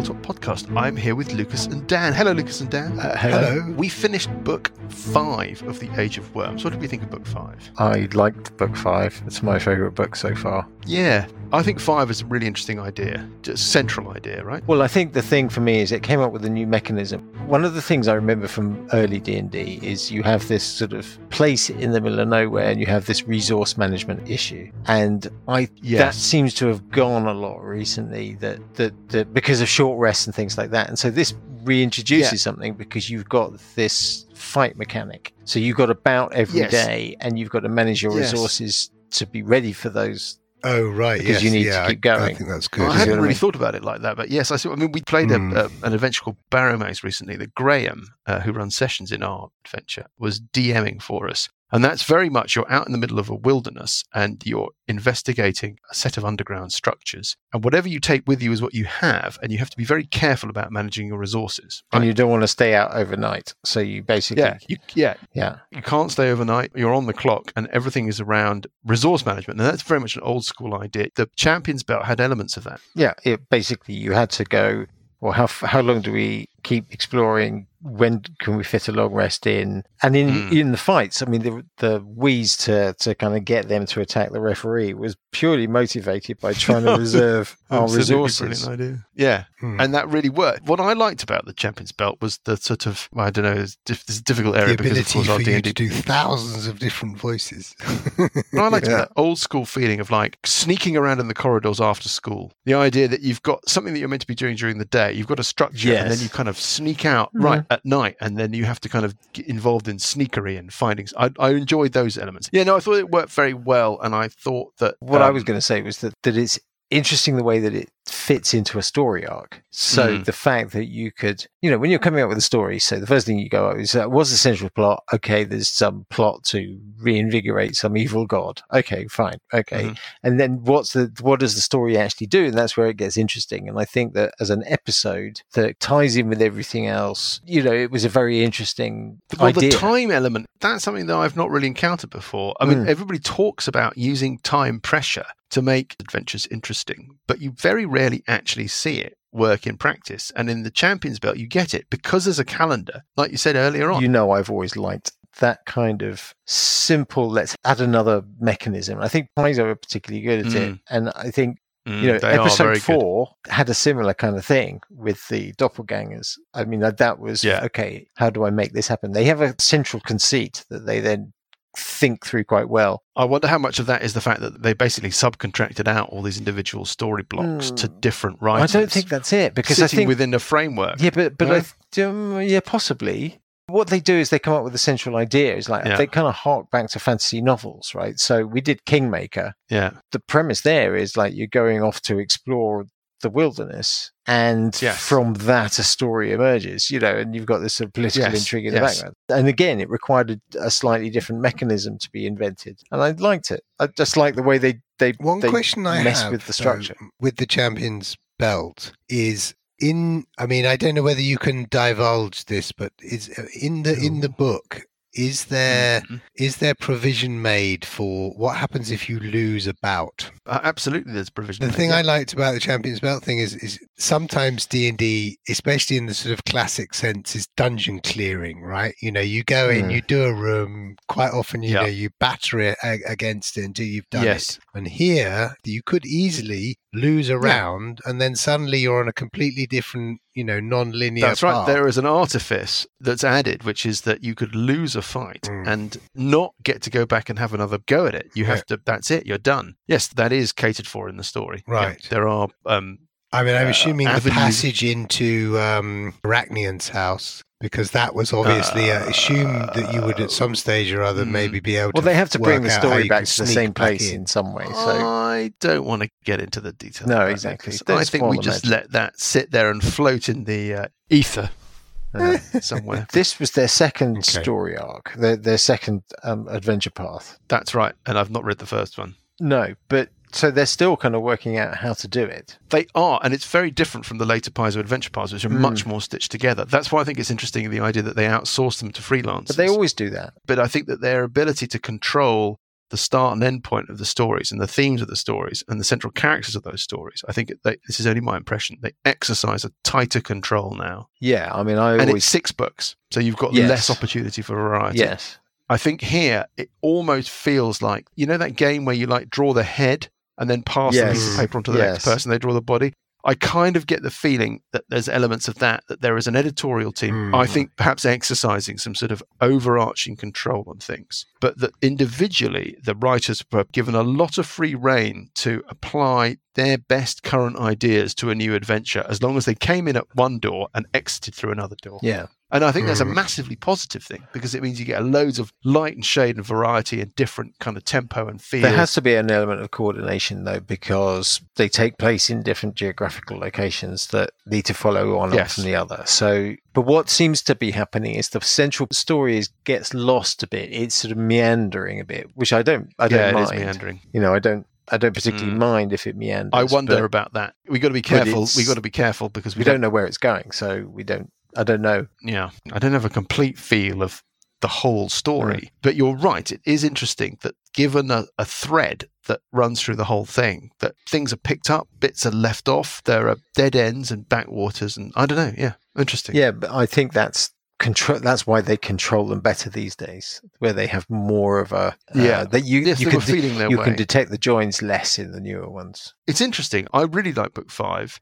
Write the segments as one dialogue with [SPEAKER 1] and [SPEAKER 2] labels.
[SPEAKER 1] podcast. I'm here with Lucas and Dan. Hello, Lucas and Dan.
[SPEAKER 2] Uh, hello.
[SPEAKER 1] We finished book five of The Age of Worms. What did we think of book five?
[SPEAKER 2] I liked book five. It's my favourite book so far.
[SPEAKER 1] Yeah, I think five is a really interesting idea, just central idea, right?
[SPEAKER 2] Well, I think the thing for me is it came up with a new mechanism. One of the things I remember from early D&D is you have this sort of place in the middle of nowhere and you have this resource management issue. And I that
[SPEAKER 1] Yes.
[SPEAKER 2] seems to have gone a lot recently that, that that because of short rests and things like that. And so this reintroduces
[SPEAKER 1] Yeah.
[SPEAKER 2] something because you've got this fight mechanic. So you've got about every day
[SPEAKER 1] Yes.
[SPEAKER 2] and you've got to manage your
[SPEAKER 1] Yes.
[SPEAKER 2] resources to be ready for those
[SPEAKER 3] Oh right,
[SPEAKER 2] Because
[SPEAKER 3] yes,
[SPEAKER 2] you need to
[SPEAKER 3] yeah, I-
[SPEAKER 2] keep going.
[SPEAKER 3] I, think that's good.
[SPEAKER 1] Well, I
[SPEAKER 2] see
[SPEAKER 1] hadn't
[SPEAKER 2] what I
[SPEAKER 1] really
[SPEAKER 2] mean?
[SPEAKER 1] thought about it like that, but yes, I see. I mean, we played a,
[SPEAKER 3] Hmm.
[SPEAKER 1] a, an adventure called Barromaze recently that Graham, uh, who runs sessions in our adventure, was DMing for us. And that's very much you're out in the middle of a wilderness and you're investigating a set of underground structures. And whatever you take with you is what you have, and you have to be very careful about managing your resources.
[SPEAKER 2] and
[SPEAKER 1] right?
[SPEAKER 2] you don't want to stay out overnight. So you basically,
[SPEAKER 1] yeah,
[SPEAKER 2] yeah,
[SPEAKER 1] you, yeah,
[SPEAKER 2] yeah,
[SPEAKER 1] you can't stay overnight. You're on the clock, and everything is around resource management. And that's very much an old school idea. The Champions Belt had elements of that.
[SPEAKER 2] It basically you had to go. Well, how f- how long do we keep exploring? When can we fit a long rest in? And in
[SPEAKER 1] Mm.
[SPEAKER 2] in the fights, I mean, the the wheeze to to kind of get them to attack the referee was purely motivated by trying to reserve our
[SPEAKER 1] Absolutely
[SPEAKER 2] resources.
[SPEAKER 1] Brilliant idea. Oh, Yeah,
[SPEAKER 2] Mm.
[SPEAKER 3] Hmm.
[SPEAKER 1] and that really worked. What I liked about the Champions Belt was the sort of I don't know, it's diff- this is a difficult
[SPEAKER 3] the
[SPEAKER 1] area because of
[SPEAKER 3] ability
[SPEAKER 1] course our
[SPEAKER 3] for
[SPEAKER 1] D
[SPEAKER 3] you
[SPEAKER 1] and
[SPEAKER 3] to
[SPEAKER 1] D.
[SPEAKER 3] do thousands of different voices.
[SPEAKER 1] But I liked
[SPEAKER 3] Yeah.
[SPEAKER 1] that old school feeling of like sneaking around in the corridors after school. The idea that you've got something that you're meant to be doing during the day, you've got a structure, and then
[SPEAKER 2] Yes.
[SPEAKER 1] you kind of sneak out
[SPEAKER 2] Mhm.
[SPEAKER 1] right at night, and then you have to kind of get involved in sneakery and findings. I, I enjoyed those elements. Yeah, no, I thought it worked very well, and I thought that
[SPEAKER 2] What I
[SPEAKER 1] um,
[SPEAKER 2] was going to say was that that it's interesting the way that it fits into a story arc. So
[SPEAKER 1] Mm.
[SPEAKER 2] the fact that you could, you know, when you're coming up with a story, so the first thing you go is, uh, what's the central plot? Okay, there's some plot to reinvigorate some evil god. Okay, fine. Okay,
[SPEAKER 1] Mhm.
[SPEAKER 2] and then what's the what does the story actually do? And that's where it gets interesting. And I think that as an episode that ties in with everything else, you know, it was a very interesting
[SPEAKER 1] Well,
[SPEAKER 2] idea.
[SPEAKER 1] the time element, that's something that I've not really encountered before. I mean,
[SPEAKER 2] Mm.
[SPEAKER 1] everybody talks about using time pressure to make adventures interesting, but you very rarely actually see it work in practice. And in the Champions Belt, you get it because there's a calendar, like you said earlier on.
[SPEAKER 2] You know, I've always liked that kind of simple. Let's add another mechanism. I think Paizo are particularly good at it, and I think
[SPEAKER 1] Mm,
[SPEAKER 2] you know
[SPEAKER 1] they are very
[SPEAKER 2] episode
[SPEAKER 1] good.
[SPEAKER 2] four had a similar kind of thing with the doppelgangers. I mean, that, that was
[SPEAKER 1] Yeah.
[SPEAKER 2] okay. How do I make this happen? They have a central conceit that they then think through quite well.
[SPEAKER 1] I wonder how much of that is the fact that they basically subcontracted out all these individual story blocks to
[SPEAKER 2] Mm.
[SPEAKER 1] different writers.
[SPEAKER 2] I don't think that's it because
[SPEAKER 1] sitting
[SPEAKER 2] I think
[SPEAKER 1] within a framework.
[SPEAKER 2] Yeah, but but
[SPEAKER 1] No?
[SPEAKER 2] I th- um, yeah, possibly. What they do is they come up with a central idea. It's like
[SPEAKER 1] Yeah.
[SPEAKER 2] they kind of hark back to fantasy novels, right? So we did Kingmaker.
[SPEAKER 1] yeah.
[SPEAKER 2] The premise there is like you're going off to explore the wilderness, and
[SPEAKER 1] Yes.
[SPEAKER 2] from that a story emerges, you know, and you've got this sort of political
[SPEAKER 1] Yes,
[SPEAKER 2] intrigue in the
[SPEAKER 1] yes.
[SPEAKER 2] background. And again, it required a, a slightly different mechanism to be invented, and I liked it. I just like the way they they
[SPEAKER 3] One
[SPEAKER 2] they
[SPEAKER 3] question I
[SPEAKER 2] mess
[SPEAKER 3] have
[SPEAKER 2] with the
[SPEAKER 3] though,
[SPEAKER 2] structure.
[SPEAKER 3] with the champions belt is in. I mean, I don't know whether you can divulge this, but is uh, in the in the book. Is there is
[SPEAKER 1] Mhm.
[SPEAKER 3] there provision made for what happens if you lose a bout?
[SPEAKER 1] Uh, absolutely, there's provision.
[SPEAKER 3] The
[SPEAKER 1] there.
[SPEAKER 3] thing
[SPEAKER 1] Yeah.
[SPEAKER 3] I liked about the Champions Belt thing is, is sometimes D and D, especially in the sort of classic sense, is dungeon clearing. Right? You know, you go in,
[SPEAKER 2] Mm.
[SPEAKER 3] you do a room. Quite often, you
[SPEAKER 1] Yeah.
[SPEAKER 3] know, you batter it a- against it until you've done
[SPEAKER 1] Yes.
[SPEAKER 3] it. And here, you could easily lose a round, and then suddenly you're on a completely different, you know, non-linear.
[SPEAKER 1] That's right.
[SPEAKER 3] path.
[SPEAKER 1] There is an artifice that's added, which is that you could lose a fight
[SPEAKER 3] Mm.
[SPEAKER 1] and not get to go back and have another go at it. You have to. That's it. You're done. Yes, that is catered for in the story. Yeah,
[SPEAKER 3] Right.
[SPEAKER 1] there are. Um,
[SPEAKER 3] I mean, I'm
[SPEAKER 1] uh,
[SPEAKER 3] assuming the
[SPEAKER 1] avenue.
[SPEAKER 3] passage into um, Arachnian's house. Because that was obviously uh, assumed that you would at some stage or other
[SPEAKER 1] Uh, Mm.
[SPEAKER 3] maybe be able to.
[SPEAKER 2] Well, they have to
[SPEAKER 3] work
[SPEAKER 2] bring the
[SPEAKER 3] out how
[SPEAKER 2] story
[SPEAKER 3] you
[SPEAKER 2] back
[SPEAKER 3] can
[SPEAKER 2] to the
[SPEAKER 3] sneak
[SPEAKER 2] same
[SPEAKER 3] back
[SPEAKER 2] place in some way. So
[SPEAKER 1] I don't want to get into the details.
[SPEAKER 2] No,
[SPEAKER 1] of that
[SPEAKER 2] exactly.
[SPEAKER 1] because
[SPEAKER 2] Don't
[SPEAKER 1] I think
[SPEAKER 2] spoil
[SPEAKER 1] we
[SPEAKER 2] the
[SPEAKER 1] just
[SPEAKER 2] magic.
[SPEAKER 1] let that sit there and float in the uh, ether
[SPEAKER 2] uh,
[SPEAKER 1] somewhere.
[SPEAKER 2] This was their second
[SPEAKER 3] Okay.
[SPEAKER 2] story arc, their their second um, adventure path.
[SPEAKER 1] that's right. And I've not read the first one.
[SPEAKER 2] No, but so they're still kind of working out how to do it.
[SPEAKER 1] They are, and it's very different from the later Paizo adventure paths, which are
[SPEAKER 2] Mm.
[SPEAKER 1] much more stitched together. That's why I think it's interesting the idea that they outsource them to freelancers.
[SPEAKER 2] But they always do that.
[SPEAKER 1] but I think that their ability to control the start and end point of the stories and the themes of the stories and the central characters of those stories. I think they, this is only my impression. They exercise a tighter control now,
[SPEAKER 2] Yeah, I mean, I
[SPEAKER 1] and it's
[SPEAKER 2] always
[SPEAKER 1] six books, so you've got
[SPEAKER 2] Yes.
[SPEAKER 1] less opportunity for variety.
[SPEAKER 2] yes,
[SPEAKER 1] I think here it almost feels like you know that game where you like draw the head and then pass the piece
[SPEAKER 2] Yes.
[SPEAKER 1] of paper onto the
[SPEAKER 2] Yes.
[SPEAKER 1] next person. They draw the body. I kind of get the feeling that there's elements of that that there is an editorial team.
[SPEAKER 3] Hmm.
[SPEAKER 1] I think perhaps exercising some sort of overarching control on things, but that individually the writers were given a lot of free rein to apply their best current ideas to a new adventure, as long as they came in at one door and exited through another door.
[SPEAKER 2] yeah,
[SPEAKER 1] And I think that's a
[SPEAKER 2] Hmm.
[SPEAKER 3] Mm.
[SPEAKER 1] massively positive thing because it means you get loads of light and shade and variety and different kind of tempo and feel.
[SPEAKER 2] there has to be an element of coordination though, because they take place in different geographical locations that need to follow one
[SPEAKER 1] Yes.
[SPEAKER 2] yes. from the other. So, but what seems to be happening is the central story is gets lost a bit. It's sort of meandering a bit, which I don't, I don't
[SPEAKER 1] yeah, it
[SPEAKER 2] mind.
[SPEAKER 1] is meandering.
[SPEAKER 2] You know, I don't, I don't particularly
[SPEAKER 1] Mm.
[SPEAKER 2] mind if it meanders.
[SPEAKER 1] I wonder
[SPEAKER 2] but
[SPEAKER 1] about that. We got to be
[SPEAKER 2] but
[SPEAKER 1] careful. We
[SPEAKER 2] it's-
[SPEAKER 1] got to be careful because we,
[SPEAKER 2] We
[SPEAKER 1] don't,
[SPEAKER 2] don't know where it's going, so we don't. I don't know.
[SPEAKER 1] Yeah, I don't have a complete feel of the whole story,
[SPEAKER 2] Hmm.
[SPEAKER 1] but you're right. It is interesting that given a, a thread that runs through the whole thing, that things are picked up, bits are left off. There are dead ends and backwaters, and I don't know. Yeah, interesting.
[SPEAKER 2] Yeah, but I think that's control. That's why they control them better these days, where they have more of a uh,
[SPEAKER 1] Yeah.
[SPEAKER 2] That you
[SPEAKER 1] Yes,
[SPEAKER 2] you
[SPEAKER 1] they
[SPEAKER 2] can
[SPEAKER 1] were
[SPEAKER 2] de-
[SPEAKER 1] feeling their
[SPEAKER 2] you
[SPEAKER 1] way.
[SPEAKER 2] can detect the joins less in the newer ones.
[SPEAKER 1] it's interesting. I really like book five.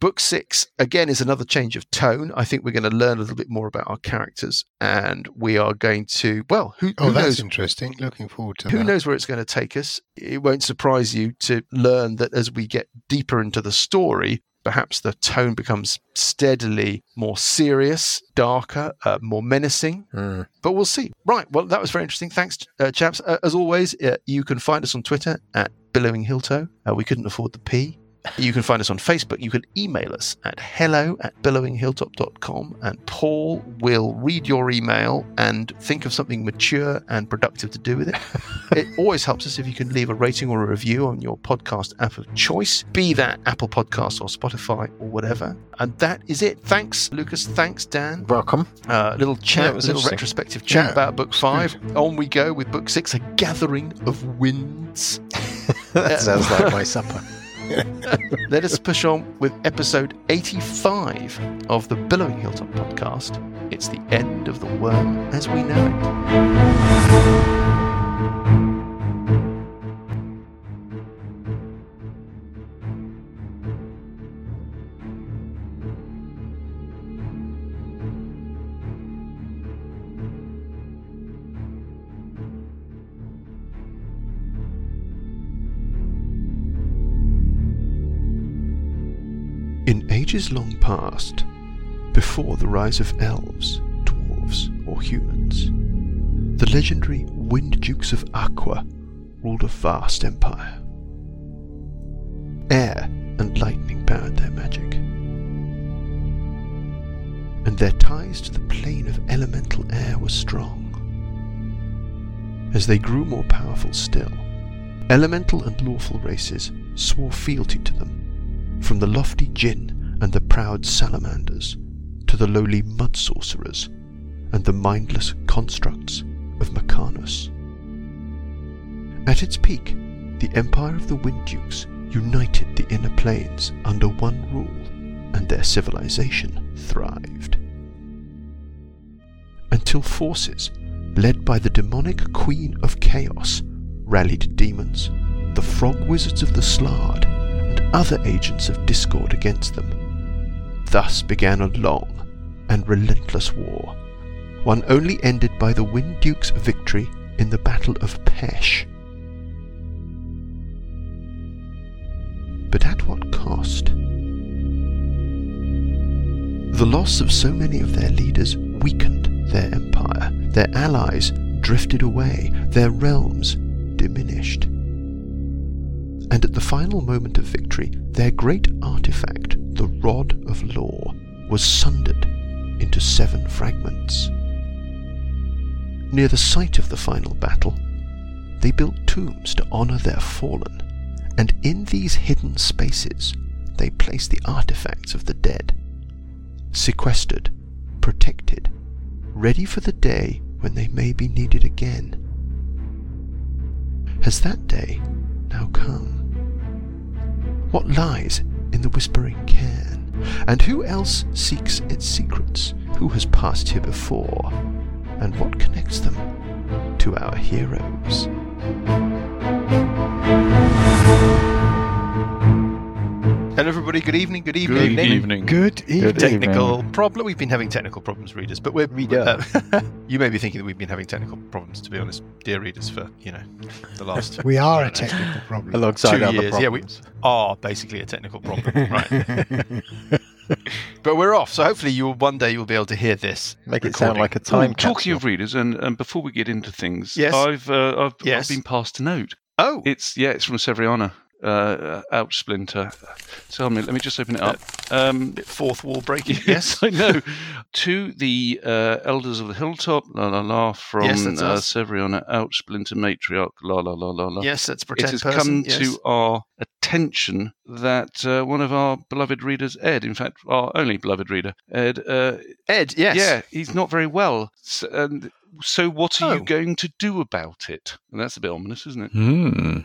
[SPEAKER 1] Book six, again, is another change of tone. I think we're going to learn a little bit more about our characters and we are going to, well, who,
[SPEAKER 3] Oh,
[SPEAKER 1] who
[SPEAKER 3] that's
[SPEAKER 1] knows?
[SPEAKER 3] interesting. Looking forward to
[SPEAKER 1] Who
[SPEAKER 3] that.
[SPEAKER 1] knows where it's going to take us? It won't surprise you to learn that as we get deeper into the story, perhaps the tone becomes steadily more serious, darker, uh, more menacing
[SPEAKER 2] Mm.
[SPEAKER 1] but we'll see. Right. Well, that was very interesting. Thanks, uh, chaps. Uh, as always, uh, you can find us on Twitter at Billowing Hilto. Uh, we couldn't afford the P. You can find us on Facebook. You can email us at hello at billowinghilltop.com. And Paul will read your email and think of something mature and productive to do with it. it always helps us if you can leave a rating or a review on your podcast app of choice, be that Apple Podcast or Spotify or whatever. And that is it. Thanks, Lucas. Thanks, Dan
[SPEAKER 2] Welcome.
[SPEAKER 1] uh, little
[SPEAKER 2] Hmm. Yeah,
[SPEAKER 1] chat,
[SPEAKER 2] it was
[SPEAKER 1] little
[SPEAKER 2] interesting.
[SPEAKER 1] retrospective chat
[SPEAKER 3] Yeah,
[SPEAKER 1] about book five. On we go with book six, a gathering of winds.
[SPEAKER 2] that
[SPEAKER 1] Yeah.
[SPEAKER 2] sounds like my supper.
[SPEAKER 1] Let us push on with episode 85 of the Billowing Hilltop podcast. It's the end of the worm as we know it. In ages long past, before the rise of elves, dwarves, or humans, the legendary Wind Dukes of Aqua ruled a vast empire. Air and lightning powered their magic, and their ties to the plane of elemental air were strong. As they grew more powerful still, elemental and lawful races swore fealty to them from the lofty Jinn and the proud salamanders to the lowly mud sorcerers and the mindless constructs of Macanus. At its peak, the Empire of the Wind Dukes united the inner planes under one rule, and their civilization thrived. Until forces, led by the demonic Queen of Chaos, rallied demons, the frog wizards of the Slard, and other agents of discord against them. Thus began a long and relentless war, one only ended by the Wind Duke's victory in the Battle of Pesh. But at what cost? The loss of so many of their leaders weakened their empire. Their allies drifted away, their realms diminished. And at the final moment of victory, their great artifact, the Rod of Law, was sundered into seven fragments. Near the site of the final battle, they built tombs to honor their fallen, and in these hidden spaces, they placed the artifacts of the dead sequestered, protected, ready for the day when they may be needed again.
[SPEAKER 4] Has that day now come? What lies in the whispering cairn? And who else seeks its secrets? Who has passed here before? And what connects them to our heroes? Hello, everybody. Good evening. Good
[SPEAKER 5] Good
[SPEAKER 4] evening.
[SPEAKER 5] evening.
[SPEAKER 3] Good evening.
[SPEAKER 5] Good evening.
[SPEAKER 4] Technical problem. We've been having technical problems, readers, but we're.
[SPEAKER 2] Reader.
[SPEAKER 4] uh, you may be thinking that we've been having technical problems, to be honest, dear readers, for, you know, the last.
[SPEAKER 3] We are a technical problem.
[SPEAKER 2] Alongside
[SPEAKER 4] Two
[SPEAKER 2] other
[SPEAKER 4] years, yeah, we-
[SPEAKER 2] problems.
[SPEAKER 4] are basically a technical problem, right? But we're off, so hopefully you'll one day you'll be able to hear this.
[SPEAKER 2] Make it sound
[SPEAKER 4] recording.
[SPEAKER 2] like a time
[SPEAKER 5] Ooh, talking of readers, and, and before we get into things,
[SPEAKER 4] Yes.
[SPEAKER 5] I've, uh, I've,
[SPEAKER 4] Yes.
[SPEAKER 5] I've been passed a note.
[SPEAKER 4] Oh,
[SPEAKER 5] It's yeah, it's from Severiana, uh, uh, out splinter. Tell me, let me just open it up. Um,
[SPEAKER 4] bit fourth wall breaking. Uh, Yes.
[SPEAKER 5] I know. to the uh, elders of the hilltop, la la la, from
[SPEAKER 4] Yes, that's
[SPEAKER 5] uh,
[SPEAKER 4] us.
[SPEAKER 5] Severiana, out splinter matriarch, la la la la la.
[SPEAKER 4] Yes, that's
[SPEAKER 5] It
[SPEAKER 4] pretend
[SPEAKER 5] has
[SPEAKER 4] person.
[SPEAKER 5] come
[SPEAKER 4] yes.
[SPEAKER 5] to our attention that uh, one of our beloved readers, Ed, in fact, our only beloved reader, Ed, uh,
[SPEAKER 4] Ed, yes.
[SPEAKER 5] yeah, he's not very well. S and so, what are
[SPEAKER 4] Oh.
[SPEAKER 5] you going to do about it? And that's a bit ominous, isn't it?
[SPEAKER 6] Hmm.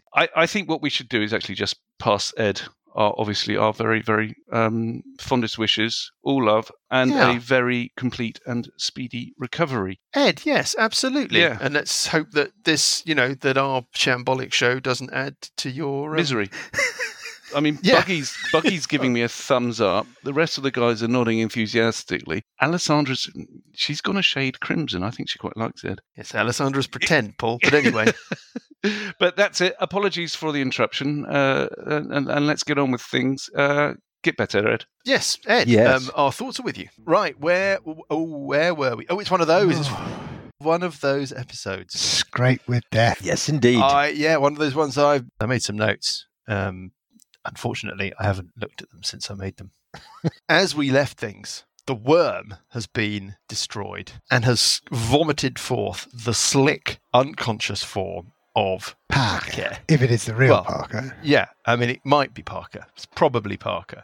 [SPEAKER 5] I, I think what we should do is actually just pass Ed, our, obviously, our very, very um, fondest wishes, all love, and
[SPEAKER 4] Yeah.
[SPEAKER 5] a very complete and speedy recovery.
[SPEAKER 4] Ed, yes, absolutely.
[SPEAKER 5] Yeah.
[SPEAKER 4] And let's hope that this, you know, that our shambolic show doesn't add to your um,
[SPEAKER 5] Misery. I mean,
[SPEAKER 4] Yeah.
[SPEAKER 5] Buggy's, Buggy's giving me a thumbs up. The rest of the guys are nodding enthusiastically. Alessandra's, she's gone a shade crimson. I think she quite likes Ed.
[SPEAKER 4] Yes, Alessandra's pretend, Paul. But anyway,
[SPEAKER 5] but that's it. Apologies for the interruption, uh, and, and, and let's get on with things. Uh, get better, Ed.
[SPEAKER 4] yes, Ed.
[SPEAKER 2] Yes.
[SPEAKER 4] Um, our thoughts are with you. Right, where? Oh, where were we? Oh, it's one of those. It's one of those episodes.
[SPEAKER 3] Scrape with death.
[SPEAKER 2] Yes, indeed.
[SPEAKER 4] I, yeah, one of those ones I've. I made some notes. Um, unfortunately, I haven't looked at them since I made them. As we left things, the worm has been destroyed and has vomited forth the slick, unconscious form of
[SPEAKER 3] Parker.
[SPEAKER 4] Parker.
[SPEAKER 3] If it is the real
[SPEAKER 4] Well,
[SPEAKER 3] Parker.
[SPEAKER 4] Yeah, I mean, it might be Parker. It's probably Parker.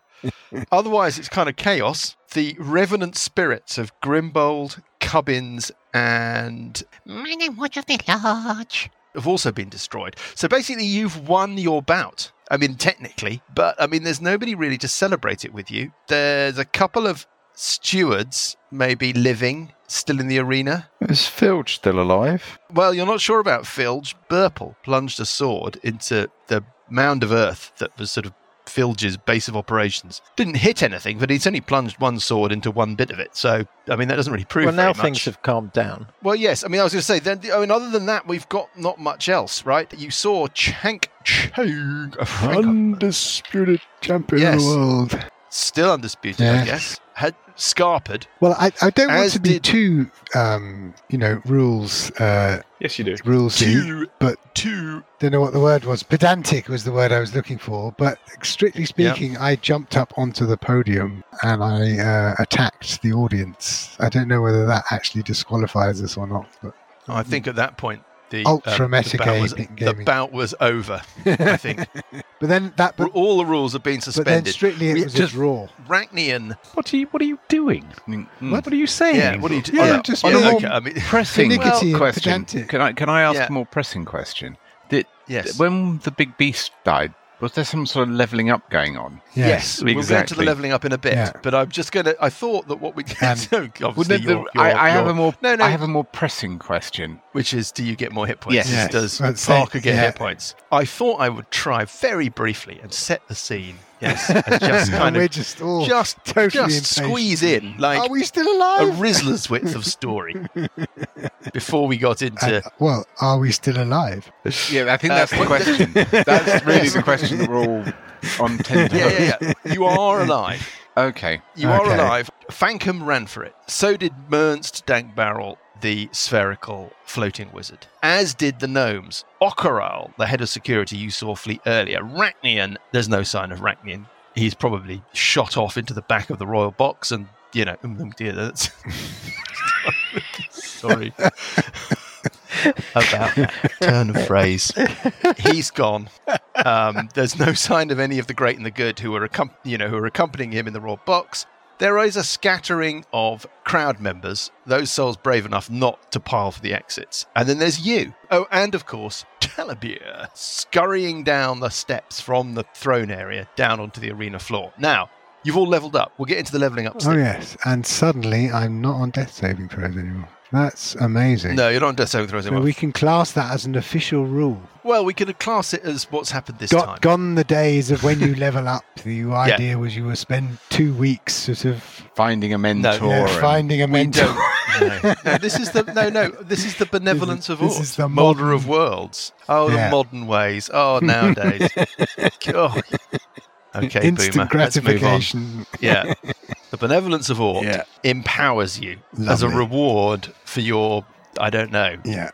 [SPEAKER 4] Otherwise, it's kind of chaos. The revenant spirits of Grimbold, Cubbins, and
[SPEAKER 7] My name would have been large.
[SPEAKER 4] have also been destroyed. So basically, you've won your bout. I mean, technically, but I mean, there's nobody really to celebrate it with you. There's a couple of stewards, maybe living, still in the arena.
[SPEAKER 6] Is Filch still alive?
[SPEAKER 4] Well, you're not sure about Filge. Burple plunged a sword into the mound of earth that was sort of Filge's base of operations. Didn't hit anything, but he's only plunged one sword into one bit of it. So, I mean, that doesn't really prove
[SPEAKER 2] well, now
[SPEAKER 4] very much.
[SPEAKER 2] things have calmed down.
[SPEAKER 4] Well, yes. I mean, I was going to say. Then, I mean, other than that, we've got not much else, right? You saw Chank Chong, uh, Frank-
[SPEAKER 6] Undisputed champion.
[SPEAKER 4] Yes.
[SPEAKER 3] The world.
[SPEAKER 4] still undisputed, I
[SPEAKER 3] Yes.
[SPEAKER 4] guess. Had Scarpered.
[SPEAKER 3] Well, I, I don't want
[SPEAKER 4] As
[SPEAKER 3] to be
[SPEAKER 4] did-
[SPEAKER 3] too, um, you know, rules, uh,
[SPEAKER 6] Yes, you do.
[SPEAKER 3] rulesy.
[SPEAKER 4] Two,
[SPEAKER 3] but-
[SPEAKER 4] two.
[SPEAKER 3] Don't know what the word was. Pedantic was the word I was looking for. But strictly speaking, I jumped up onto the podium and I uh, attacked the audience. I don't know whether that actually disqualifies us or not. But
[SPEAKER 4] Oh, I think at that point the um,
[SPEAKER 3] Ultra
[SPEAKER 4] the
[SPEAKER 3] meta
[SPEAKER 4] bout was,
[SPEAKER 3] gaming-
[SPEAKER 4] the
[SPEAKER 3] gaming.
[SPEAKER 4] bout was over. I think
[SPEAKER 3] but then that, but,
[SPEAKER 4] all the rules have been
[SPEAKER 3] but then
[SPEAKER 4] suspended.
[SPEAKER 3] strictly
[SPEAKER 4] We
[SPEAKER 3] it was
[SPEAKER 4] just-
[SPEAKER 3] a draw.
[SPEAKER 4] Rachnian.
[SPEAKER 6] What are you? What are you doing? What are you saying?
[SPEAKER 4] Yeah. What do you? do?
[SPEAKER 3] Yeah,
[SPEAKER 4] oh, no,
[SPEAKER 3] just
[SPEAKER 4] oh, no,
[SPEAKER 3] being-
[SPEAKER 4] okay, I mean,
[SPEAKER 6] pressing
[SPEAKER 3] Finicky and
[SPEAKER 6] question?
[SPEAKER 3] pedantic.
[SPEAKER 6] Can I? Can I ask
[SPEAKER 4] Yeah.
[SPEAKER 6] a more pressing question?
[SPEAKER 4] yes.
[SPEAKER 6] When the big beast died, was there some sort of leveling up going on?
[SPEAKER 3] Yeah.
[SPEAKER 4] Yes, we'll get to the
[SPEAKER 6] Exactly.
[SPEAKER 4] leveling up in a bit,
[SPEAKER 3] Yeah.
[SPEAKER 4] but I'm just going to. I thought that what we can
[SPEAKER 3] And-
[SPEAKER 4] do, obviously,
[SPEAKER 6] Wouldn't it-
[SPEAKER 4] your,
[SPEAKER 6] the-
[SPEAKER 4] your,
[SPEAKER 6] I, I have
[SPEAKER 4] your-
[SPEAKER 6] a more.
[SPEAKER 4] No, no.
[SPEAKER 6] I have a more pressing question.
[SPEAKER 4] which is do you get more hit points?
[SPEAKER 6] Yes. Yes.
[SPEAKER 4] Does
[SPEAKER 3] That's
[SPEAKER 4] Parker
[SPEAKER 3] it.
[SPEAKER 4] get
[SPEAKER 3] Yeah.
[SPEAKER 4] hit points? I thought I would try very briefly and set the scene. Yes, and just kind
[SPEAKER 3] we're
[SPEAKER 4] of
[SPEAKER 3] just all
[SPEAKER 4] just
[SPEAKER 3] totally impatient.
[SPEAKER 4] just squeeze in like
[SPEAKER 3] Are we still
[SPEAKER 4] a
[SPEAKER 3] alive?
[SPEAKER 4] Rizzler's width of story before we got into.
[SPEAKER 3] And, Uh, well, are we still alive?
[SPEAKER 6] Yeah, I think
[SPEAKER 4] Uh,
[SPEAKER 6] that's the question. that's really the question that we're all on tender.
[SPEAKER 4] yeah, yeah, yeah. You are alive.
[SPEAKER 6] Okay.
[SPEAKER 4] You are
[SPEAKER 3] Okay.
[SPEAKER 4] alive. Fankum ran for it. So did Mernst Dank Barrel, the spherical floating wizard. As did the gnomes. Okoral, the head of security you saw flee earlier. Rachnian, there's no sign of Rachnian. He's probably shot off into the back of the royal box and, you know, um, um, dear, that's. Sorry. About that turn of phrase. He's gone um, there's no sign of any of the great and the good who are accom- you know who are accompanying him in the raw box. There is a scattering of crowd members, those souls brave enough not to pile for the exits. And then there's you. Oh, and of course, Talibir, scurrying down the steps from the throne area down onto the arena floor. Now, you've all leveled up. We'll get into the leveling up.
[SPEAKER 3] Oh
[SPEAKER 4] step.
[SPEAKER 3] yes, and suddenly I'm not on death saving throws anymore. That's amazing.
[SPEAKER 4] No, you're not on death saving throws
[SPEAKER 3] so
[SPEAKER 4] anymore.
[SPEAKER 3] we can class that as an official rule.
[SPEAKER 4] Well, we could class it as what's happened this
[SPEAKER 3] Got,
[SPEAKER 4] time.
[SPEAKER 3] gone the days of when you level up. The idea was you would spend two weeks sort of
[SPEAKER 6] Finding a mentor.
[SPEAKER 3] you know,
[SPEAKER 6] and-
[SPEAKER 3] finding a mentor.
[SPEAKER 4] no, no, this is the no, no. This is the benevolence of
[SPEAKER 3] This
[SPEAKER 4] all.
[SPEAKER 3] is the
[SPEAKER 4] Moulder
[SPEAKER 3] modern-
[SPEAKER 4] of worlds. Oh,
[SPEAKER 3] Yeah.
[SPEAKER 4] the modern ways. Oh, nowadays. God. Okay,
[SPEAKER 3] Instant
[SPEAKER 4] boomer. Let's move on.
[SPEAKER 3] gratification.
[SPEAKER 4] Yeah, the benevolence of all
[SPEAKER 6] Yeah.
[SPEAKER 4] empowers you as a
[SPEAKER 3] Lovely.
[SPEAKER 4] reward for your. I don't know.
[SPEAKER 3] Yeah,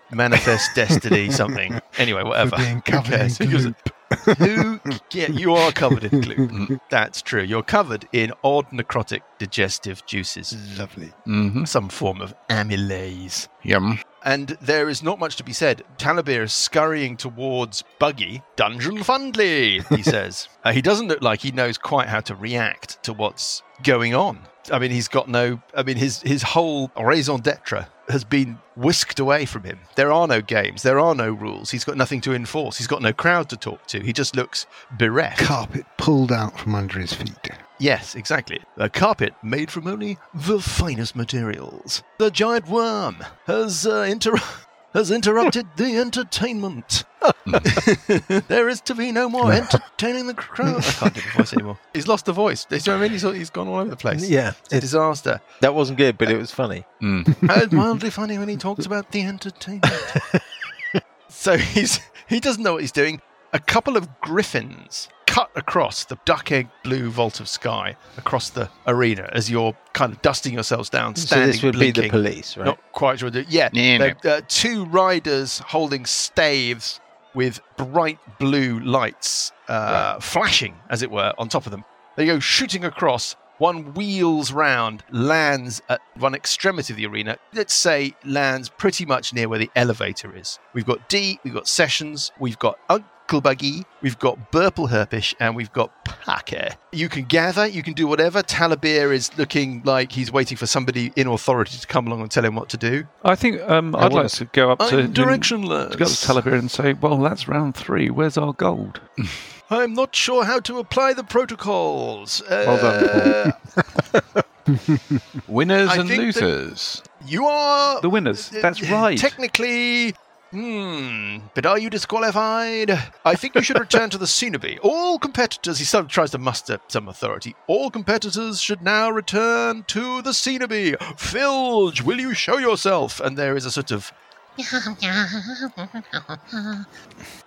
[SPEAKER 4] Manifest destiny, something. Anyway, whatever.
[SPEAKER 3] for being covered in
[SPEAKER 4] cares? Who gives a-
[SPEAKER 3] glue.
[SPEAKER 4] Who? Yeah, you are covered in gluten. That's true. You're covered in odd necrotic digestive juices,
[SPEAKER 3] Lovely.
[SPEAKER 6] Mhm.
[SPEAKER 4] some form of amylase.
[SPEAKER 6] Yum.
[SPEAKER 4] And there is not much to be said. Talibir is scurrying towards Buggy. Dungeon Fundley, he says. Uh, he doesn't look like he knows quite how to react to what's going on. I mean, he's got no. I mean, his, his whole raison d'etre has been whisked away from him. There are no games, there are no rules. He's got nothing to enforce, he's got no crowd to talk to. He just looks bereft.
[SPEAKER 3] Carpet pulled out from under his feet.
[SPEAKER 4] Yes, exactly. A carpet made from only the finest materials. The giant worm has uh, inter- has interrupted the entertainment. there is to be no more entertaining the crowd. I can't do the voice anymore. He's lost the voice. Do you know what I mean? He's, he's gone all over the place.
[SPEAKER 2] Yeah,
[SPEAKER 4] It's a disaster.
[SPEAKER 2] that wasn't good, but it was funny.
[SPEAKER 4] And wildly funny when he talks about the entertainment. so he's he doesn't know what he's doing. A couple of griffins cut across the duck egg blue vault of sky across the arena as you're kind of dusting yourselves down,
[SPEAKER 2] So
[SPEAKER 4] standing,
[SPEAKER 2] this would be the
[SPEAKER 4] blinking.
[SPEAKER 2] police, right?
[SPEAKER 4] Not quite sure. Yeah,
[SPEAKER 6] Yeah, no.
[SPEAKER 4] they're, uh, two riders holding staves with bright blue lights uh, flashing, as it were, on top of them. They go shooting across. One wheels round, lands at one extremity of the arena. Let's say lands pretty much near where the elevator is. We've got D, we've got Sessions, we've got Uncle Buggy, we've got Burple Herpish, and we've got Packer. You can gather, you can do whatever. Talabir is looking like he's waiting for somebody in authority to come along and tell him what to do.
[SPEAKER 5] I think um,
[SPEAKER 2] I
[SPEAKER 5] I'd
[SPEAKER 2] wanna-
[SPEAKER 5] like to go up to
[SPEAKER 4] I'm directionless.
[SPEAKER 5] To go up to Talibir and say, "Well, that's round three. Where's our gold?"
[SPEAKER 4] I'm not sure how to apply the protocols.
[SPEAKER 6] Well done.
[SPEAKER 4] Uh,
[SPEAKER 6] Winners
[SPEAKER 4] I
[SPEAKER 6] and
[SPEAKER 4] think that-
[SPEAKER 6] losers.
[SPEAKER 4] you are
[SPEAKER 5] The winners.
[SPEAKER 4] Uh,
[SPEAKER 5] That's right.
[SPEAKER 4] Technically, hmm, but are you disqualified? I think you should return to the Cenobi. All competitors, he sort of tries to muster some authority. All competitors should now return to the Cenobi. Filge, will you show yourself? And there is a sort of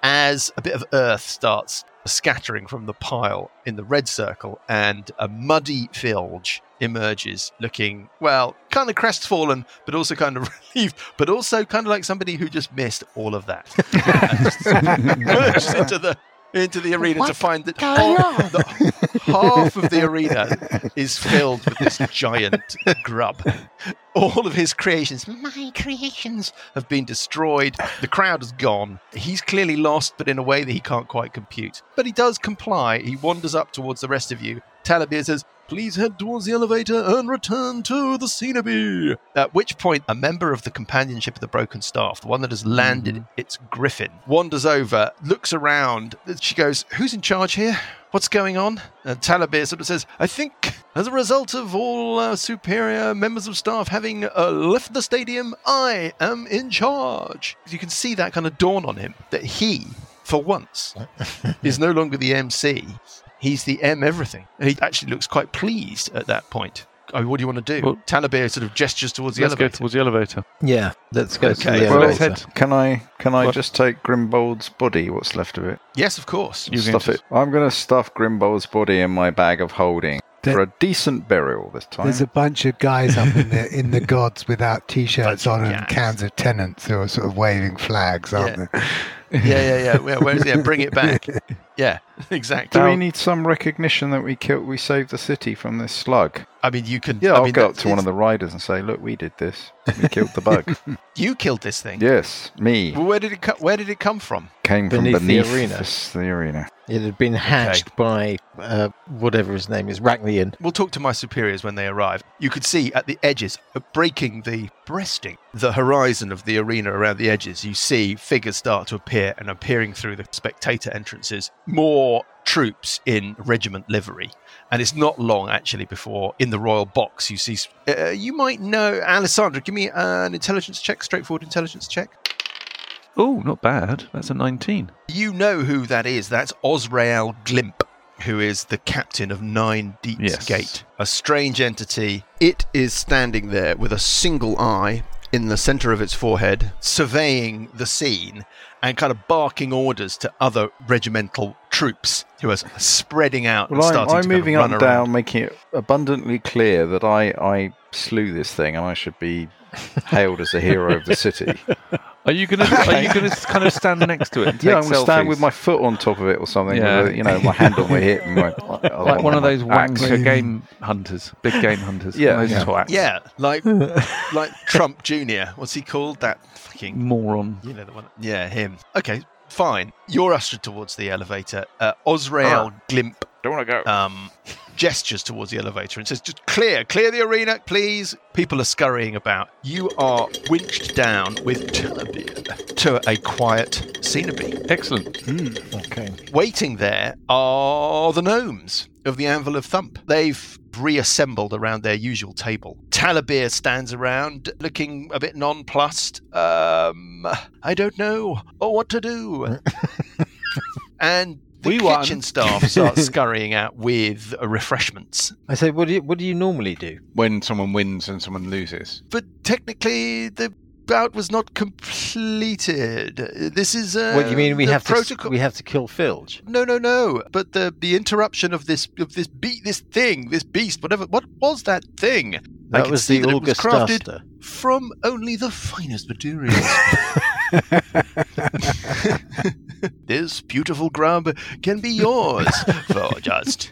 [SPEAKER 4] as a bit of earth starts scattering from the pile in the red circle and a muddy filge emerges looking well kind of crestfallen but also kind of relieved but also kind of like somebody who just missed all of that emerges into the into the arena to
[SPEAKER 7] What
[SPEAKER 4] find that
[SPEAKER 7] going
[SPEAKER 4] half, the- half of the arena is filled with this giant grub all of his creations
[SPEAKER 7] My creations.
[SPEAKER 4] have been destroyed. The crowd has gone. He's clearly lost, but in a way that he can't quite compute. But he does comply. He wanders up towards the rest of you. Talabir says, Please head towards the elevator and return to the Cenobi. At which point, a member of the companionship of the Broken Staff, the one that has landed its griffin, wanders over, looks around. She goes, Who's in charge here? What's going on? And Talabir sort of says, I think as a result of all uh, superior members of staff having uh, left the stadium, I am in charge. You can see that kind of dawn on him that he, for once, is no longer the MC. He's the M everything. And he actually looks quite pleased at that point. I mean, what do you want to do?
[SPEAKER 5] Well-
[SPEAKER 4] Talabir sort of gestures towards the
[SPEAKER 5] Let's go
[SPEAKER 4] elevator.
[SPEAKER 5] towards the elevator.
[SPEAKER 2] Yeah, let's go to
[SPEAKER 4] Okay,
[SPEAKER 2] the
[SPEAKER 4] well,
[SPEAKER 2] elevator.
[SPEAKER 4] let's
[SPEAKER 8] Can I can I
[SPEAKER 5] What?
[SPEAKER 8] just take Grimbold's body? What's left of it?
[SPEAKER 4] yes, of course.
[SPEAKER 5] You can
[SPEAKER 8] stuff
[SPEAKER 5] just-
[SPEAKER 8] it. I'm gonna stuff Grimbold's body in my bag of holding
[SPEAKER 3] There-
[SPEAKER 8] for a decent burial this time.
[SPEAKER 3] There's a bunch of guys up in the in the gods without
[SPEAKER 4] Bunch
[SPEAKER 3] t-shirts
[SPEAKER 4] of
[SPEAKER 3] on and
[SPEAKER 4] guys.
[SPEAKER 3] cans of tenants who are sort of waving flags, aren't
[SPEAKER 4] Yeah.
[SPEAKER 3] they?
[SPEAKER 4] yeah, yeah, yeah. Where, where's yeah? Bring it back. Yeah, exactly.
[SPEAKER 8] Do we need some recognition that we killed, we saved the city from this slug?
[SPEAKER 4] I mean, you can.
[SPEAKER 8] Yeah,
[SPEAKER 4] I
[SPEAKER 8] I'll
[SPEAKER 4] mean,
[SPEAKER 8] go up
[SPEAKER 4] that's-
[SPEAKER 8] to one
[SPEAKER 4] it's-
[SPEAKER 8] of the riders and say, "Look, we did this. We killed the bug."
[SPEAKER 4] You killed this thing.
[SPEAKER 8] yes, me
[SPEAKER 4] Well, where did it co- Where did it come from?
[SPEAKER 8] came from
[SPEAKER 2] Beneath the
[SPEAKER 8] beneath
[SPEAKER 2] arena.
[SPEAKER 8] this- the arena.
[SPEAKER 2] It had been hatched by uh, whatever his name is, Rachnian.
[SPEAKER 4] We'll talk to my superiors when they arrive. You could see at the edges, uh, breaking the breasting, the horizon of the arena around the edges, you see figures start to appear and appearing through the spectator entrances. More troops in regiment livery. And it's not long, actually, before in the royal box you see. s- Uh, you might know, Alessandra, give me an intelligence check, straightforward intelligence check.
[SPEAKER 5] Oh, not bad. That's a 19.
[SPEAKER 4] You know who that is. That's Osrael Glimp, who is the captain of Nine Deep's
[SPEAKER 5] Yes.
[SPEAKER 4] Gate, a strange entity. It is standing there with a single eye in the center of its forehead, surveying the scene and kind of barking orders to other regimental troops who are spreading out and
[SPEAKER 8] Well, I'm,
[SPEAKER 4] starting
[SPEAKER 8] I'm
[SPEAKER 4] to kind of
[SPEAKER 8] moving up
[SPEAKER 4] run
[SPEAKER 8] and
[SPEAKER 4] around.
[SPEAKER 8] down, making it abundantly clear that I, I slew this thing and I should be hailed as a hero of the city.
[SPEAKER 5] Are you gonna? Are you gonna s- kind of stand next to it? And take
[SPEAKER 8] yeah, I'm going to stand
[SPEAKER 5] selfies?
[SPEAKER 8] with my foot on top of it or something.
[SPEAKER 5] Yeah.
[SPEAKER 8] with a- you know, my hand on my hip. And my,
[SPEAKER 5] like one of those
[SPEAKER 8] axe.
[SPEAKER 5] wanker game hunters, big game hunters.
[SPEAKER 8] Yeah.
[SPEAKER 5] those
[SPEAKER 8] Yeah.
[SPEAKER 5] twats.
[SPEAKER 4] Yeah, like like Trump Jr. What's he called? That fucking
[SPEAKER 5] moron.
[SPEAKER 4] You know the one. Yeah, him. Okay, fine. You're ushered towards the elevator. Uh, Osrael Glimp
[SPEAKER 5] Don't want to go.
[SPEAKER 4] um, gestures towards the elevator and says, "Just clear, clear the arena, please." People are scurrying about. You are winched down with Telebir to a quiet scenery.
[SPEAKER 5] Excellent.
[SPEAKER 2] Okay.
[SPEAKER 4] Waiting there are the gnomes of the Anvil of Thump. They've reassembled around their usual table. Talabir stands around looking a bit nonplussed. Um, I don't know what to do. and the
[SPEAKER 5] We won.
[SPEAKER 4] kitchen staff start scurrying out with uh, refreshments.
[SPEAKER 2] I say, what do you, what do you normally do?
[SPEAKER 6] when someone wins and someone loses.
[SPEAKER 4] but technically the bout was not completed. This is uh,
[SPEAKER 2] what do you mean we
[SPEAKER 4] the
[SPEAKER 2] have to
[SPEAKER 4] protocol.
[SPEAKER 2] we have to kill Filge?
[SPEAKER 4] no, no, no. But the the interruption of this of this beat this thing this beast whatever what was that thing? I
[SPEAKER 2] That
[SPEAKER 4] can
[SPEAKER 2] was
[SPEAKER 4] see
[SPEAKER 2] the
[SPEAKER 4] that it was
[SPEAKER 2] August
[SPEAKER 4] crafted-
[SPEAKER 2] Duster.
[SPEAKER 4] From only the finest materials. this beautiful grub can be yours for just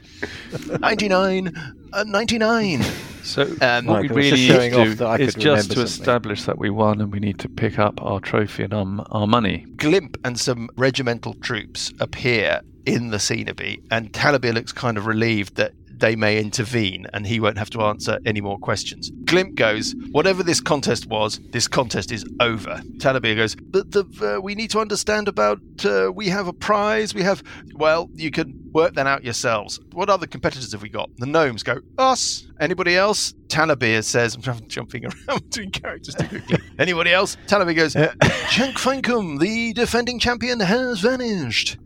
[SPEAKER 4] ninety nine uh, ninety nine.
[SPEAKER 5] So
[SPEAKER 4] Um,
[SPEAKER 5] what
[SPEAKER 2] Right,
[SPEAKER 5] we
[SPEAKER 2] I was just
[SPEAKER 5] really
[SPEAKER 2] showing
[SPEAKER 5] need
[SPEAKER 2] off
[SPEAKER 5] to
[SPEAKER 2] that I
[SPEAKER 5] do is
[SPEAKER 2] could
[SPEAKER 5] just to
[SPEAKER 2] remember something.
[SPEAKER 5] establish that we won, and we need to pick up our trophy and um, our money.
[SPEAKER 4] Glimp and some regimental troops appear in the scenery, and Talabir looks kind of relieved that they may intervene and he won't have to answer any more questions. Glimp goes, Whatever this contest was, this contest is over. Talabir goes, But the, uh, we need to understand about, uh, we have a prize, we have, well, you can work that out yourselves. What other competitors have we got? The gnomes go, Us. Anybody else? Talabir says, I'm jumping around between characters too quickly. Anybody else? Talabir goes, Shank Frankum, the defending champion, has vanished.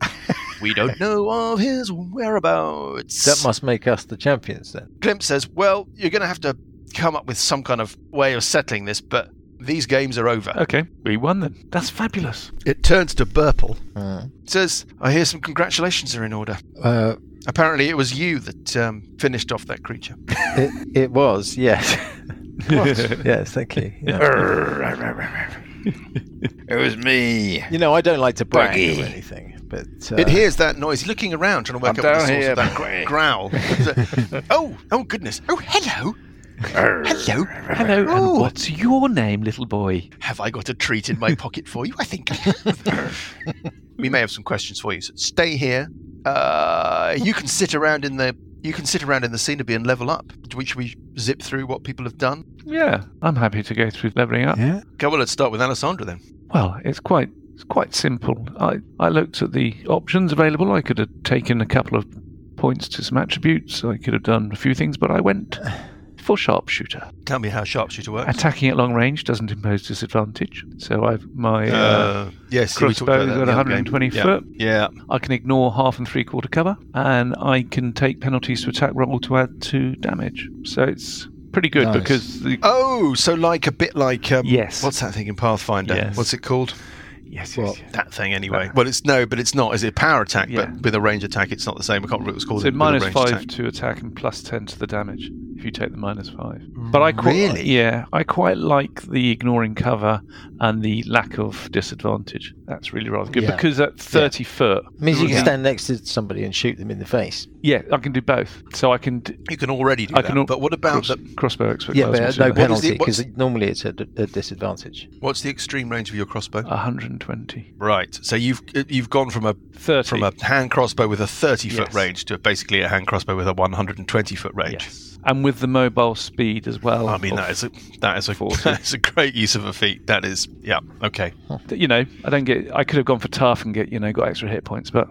[SPEAKER 4] We don't know of his whereabouts.
[SPEAKER 2] That must make us the champions then.
[SPEAKER 4] Glimp says, Well, you're going to have to come up with some kind of way of settling this, but these games are over.
[SPEAKER 5] Okay, we won then. That's fabulous.
[SPEAKER 4] It turns to Burple.
[SPEAKER 2] Uh,
[SPEAKER 4] Says, I hear some congratulations are in order.
[SPEAKER 2] uh,
[SPEAKER 4] Apparently, it was you that um, finished off that creature.
[SPEAKER 2] it, it was yes. yes, thank you. Yeah.
[SPEAKER 8] It was me.
[SPEAKER 2] You know, I don't like to brag
[SPEAKER 8] Buggy.
[SPEAKER 2] or anything, but uh,
[SPEAKER 4] It hears that noise, looking around, trying to work
[SPEAKER 8] I'm
[SPEAKER 4] out what
[SPEAKER 8] down
[SPEAKER 4] the source
[SPEAKER 8] here,
[SPEAKER 4] of that gr- growl. oh, oh goodness! Oh, hello, hello.
[SPEAKER 5] Hello, and
[SPEAKER 4] Oh.
[SPEAKER 5] what's your name, little boy?
[SPEAKER 4] Have I got a treat in my pocket for you? I think I have. we may have some questions for you. So stay here. Uh, you can sit around in the you can sit around in the scenery and level up. Do we, should we zip through what people have done?
[SPEAKER 5] Yeah, I'm happy to go through leveling up.
[SPEAKER 3] Yeah.
[SPEAKER 4] Okay, well, let's start with Alessandra then.
[SPEAKER 5] Well, it's quite it's quite simple. I, I looked at the options available. I could have taken a couple of points to some attributes. I could have done a few things, but I went for sharpshooter.
[SPEAKER 4] Tell me how sharpshooter works.
[SPEAKER 5] Attacking at long range doesn't impose disadvantage. So I've my uh,
[SPEAKER 4] Uh, yes, see, we talked about
[SPEAKER 5] crossbows
[SPEAKER 4] that
[SPEAKER 5] at
[SPEAKER 4] in the other game.
[SPEAKER 5] 120
[SPEAKER 4] Yeah.
[SPEAKER 5] foot.
[SPEAKER 4] Yeah.
[SPEAKER 5] I can ignore half and three quarter cover, and I can take penalties to attack roll to add two damage. So it's pretty good
[SPEAKER 2] Nice.
[SPEAKER 5] because the
[SPEAKER 4] Oh, so like a bit like um,
[SPEAKER 5] Yes.
[SPEAKER 4] What's that thing in Pathfinder?
[SPEAKER 5] Yes.
[SPEAKER 4] What's it called?
[SPEAKER 5] yes, yes,
[SPEAKER 2] Well,
[SPEAKER 5] yes.
[SPEAKER 4] That thing anyway. Well, it's no, but it's not. Is it power attack?
[SPEAKER 5] Yeah.
[SPEAKER 4] But with a range attack, it's not the same. I can't remember what it was called.
[SPEAKER 5] So
[SPEAKER 4] with a
[SPEAKER 5] minus
[SPEAKER 4] range
[SPEAKER 5] five
[SPEAKER 4] attack.
[SPEAKER 5] to attack and plus ten to the damage. if you take the minus five. But I quite,
[SPEAKER 2] Really?
[SPEAKER 5] yeah, I quite like the ignoring cover and the lack of disadvantage. That's really rather good
[SPEAKER 2] Yeah.
[SPEAKER 5] because at thirty foot,
[SPEAKER 2] means you can
[SPEAKER 5] Yeah.
[SPEAKER 2] stand next to somebody and shoot them in the face.
[SPEAKER 5] yeah, I can do both. So I can d-
[SPEAKER 4] You can already do
[SPEAKER 5] I
[SPEAKER 4] that.
[SPEAKER 5] can al-
[SPEAKER 4] but what about
[SPEAKER 5] cross,
[SPEAKER 4] the,
[SPEAKER 5] crossbow expert.
[SPEAKER 2] Yeah, but at no
[SPEAKER 4] uh, What is
[SPEAKER 2] penalty
[SPEAKER 4] it- what's-
[SPEAKER 2] because normally it's at a, a disadvantage.
[SPEAKER 4] what's the extreme range of your crossbow?
[SPEAKER 5] 120.
[SPEAKER 4] Right. So you've you've gone from a
[SPEAKER 5] 30.
[SPEAKER 4] from a hand crossbow with a 30 foot
[SPEAKER 5] Yes.
[SPEAKER 4] range to basically a hand crossbow with a 120 foot range.
[SPEAKER 5] Yes. And with the mobile speed as well.
[SPEAKER 4] I mean that is a that is a
[SPEAKER 5] 40.
[SPEAKER 4] that is a great use of a feat. That is yeah okay.
[SPEAKER 5] that, you know, I don't get. I could have gone for tough and get you know got extra hit points, but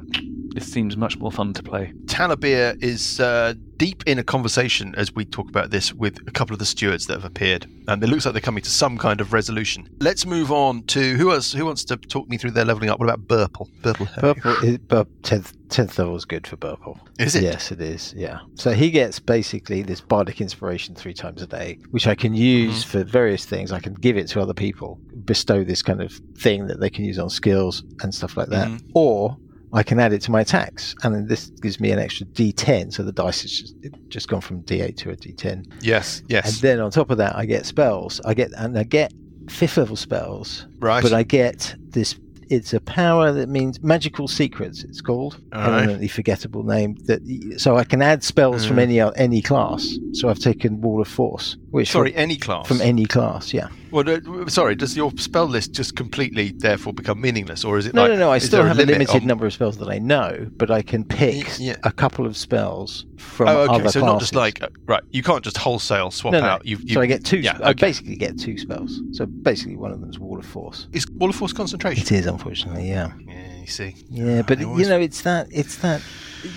[SPEAKER 5] this seems much more fun to play.
[SPEAKER 4] Talabir is uh, deep in a conversation as we talk about this with a couple of the stewards that have appeared, and it looks like they're coming to some kind of resolution. Let's move on to who else? Who wants to talk me through their leveling up? What about Burple? Burple, how are you?
[SPEAKER 2] Purple, is, bur- tenth tenth level is good for purple.
[SPEAKER 4] is it?
[SPEAKER 2] Yes, it is. Yeah. So he gets basically this bardic inspiration three times a day, which I can use for various things. I can give it to other people, bestow this kind of thing that they can use on skills and stuff like that,
[SPEAKER 4] Mhm.
[SPEAKER 2] or I can add it to my attacks, and then this gives me an extra D10. So the dice has just, just gone from D8 to a D10,
[SPEAKER 4] Yes,
[SPEAKER 2] and
[SPEAKER 4] yes,
[SPEAKER 2] then on top of that, I get spells. I get and I get fifth level spells,
[SPEAKER 4] right.
[SPEAKER 2] but I get this. It's a power that means magical secrets. It's called
[SPEAKER 4] Alright.
[SPEAKER 2] eminently forgettable name. That so I can add spells from
[SPEAKER 4] Mm.
[SPEAKER 2] any uh, any class. So I've taken Wall of Force, which
[SPEAKER 4] Sorry, any class.
[SPEAKER 2] from any class. Yeah.
[SPEAKER 4] well, uh, sorry. Does your spell list just completely therefore become meaningless, or is it
[SPEAKER 2] No,
[SPEAKER 4] like
[SPEAKER 2] no, no. I
[SPEAKER 4] is
[SPEAKER 2] still
[SPEAKER 4] there
[SPEAKER 2] have a
[SPEAKER 4] limit
[SPEAKER 2] limited
[SPEAKER 4] on-
[SPEAKER 2] number of spells that I know, but I can pick
[SPEAKER 4] Y- yeah.
[SPEAKER 2] a couple of spells from
[SPEAKER 4] Oh, okay.
[SPEAKER 2] other
[SPEAKER 4] So
[SPEAKER 2] classes.
[SPEAKER 4] not just like uh, right. You can't just wholesale swap
[SPEAKER 2] No, no.
[SPEAKER 4] out. You've, you
[SPEAKER 2] so I get two.
[SPEAKER 4] yeah,
[SPEAKER 2] I
[SPEAKER 4] okay.
[SPEAKER 2] basically get two spells. So basically, one of them is Wall of Force.
[SPEAKER 4] It's wall of force concentration.
[SPEAKER 2] It is unfortunately, yeah,
[SPEAKER 4] Yeah, you see.
[SPEAKER 2] yeah. But
[SPEAKER 4] they always-
[SPEAKER 2] you know, it's that it's that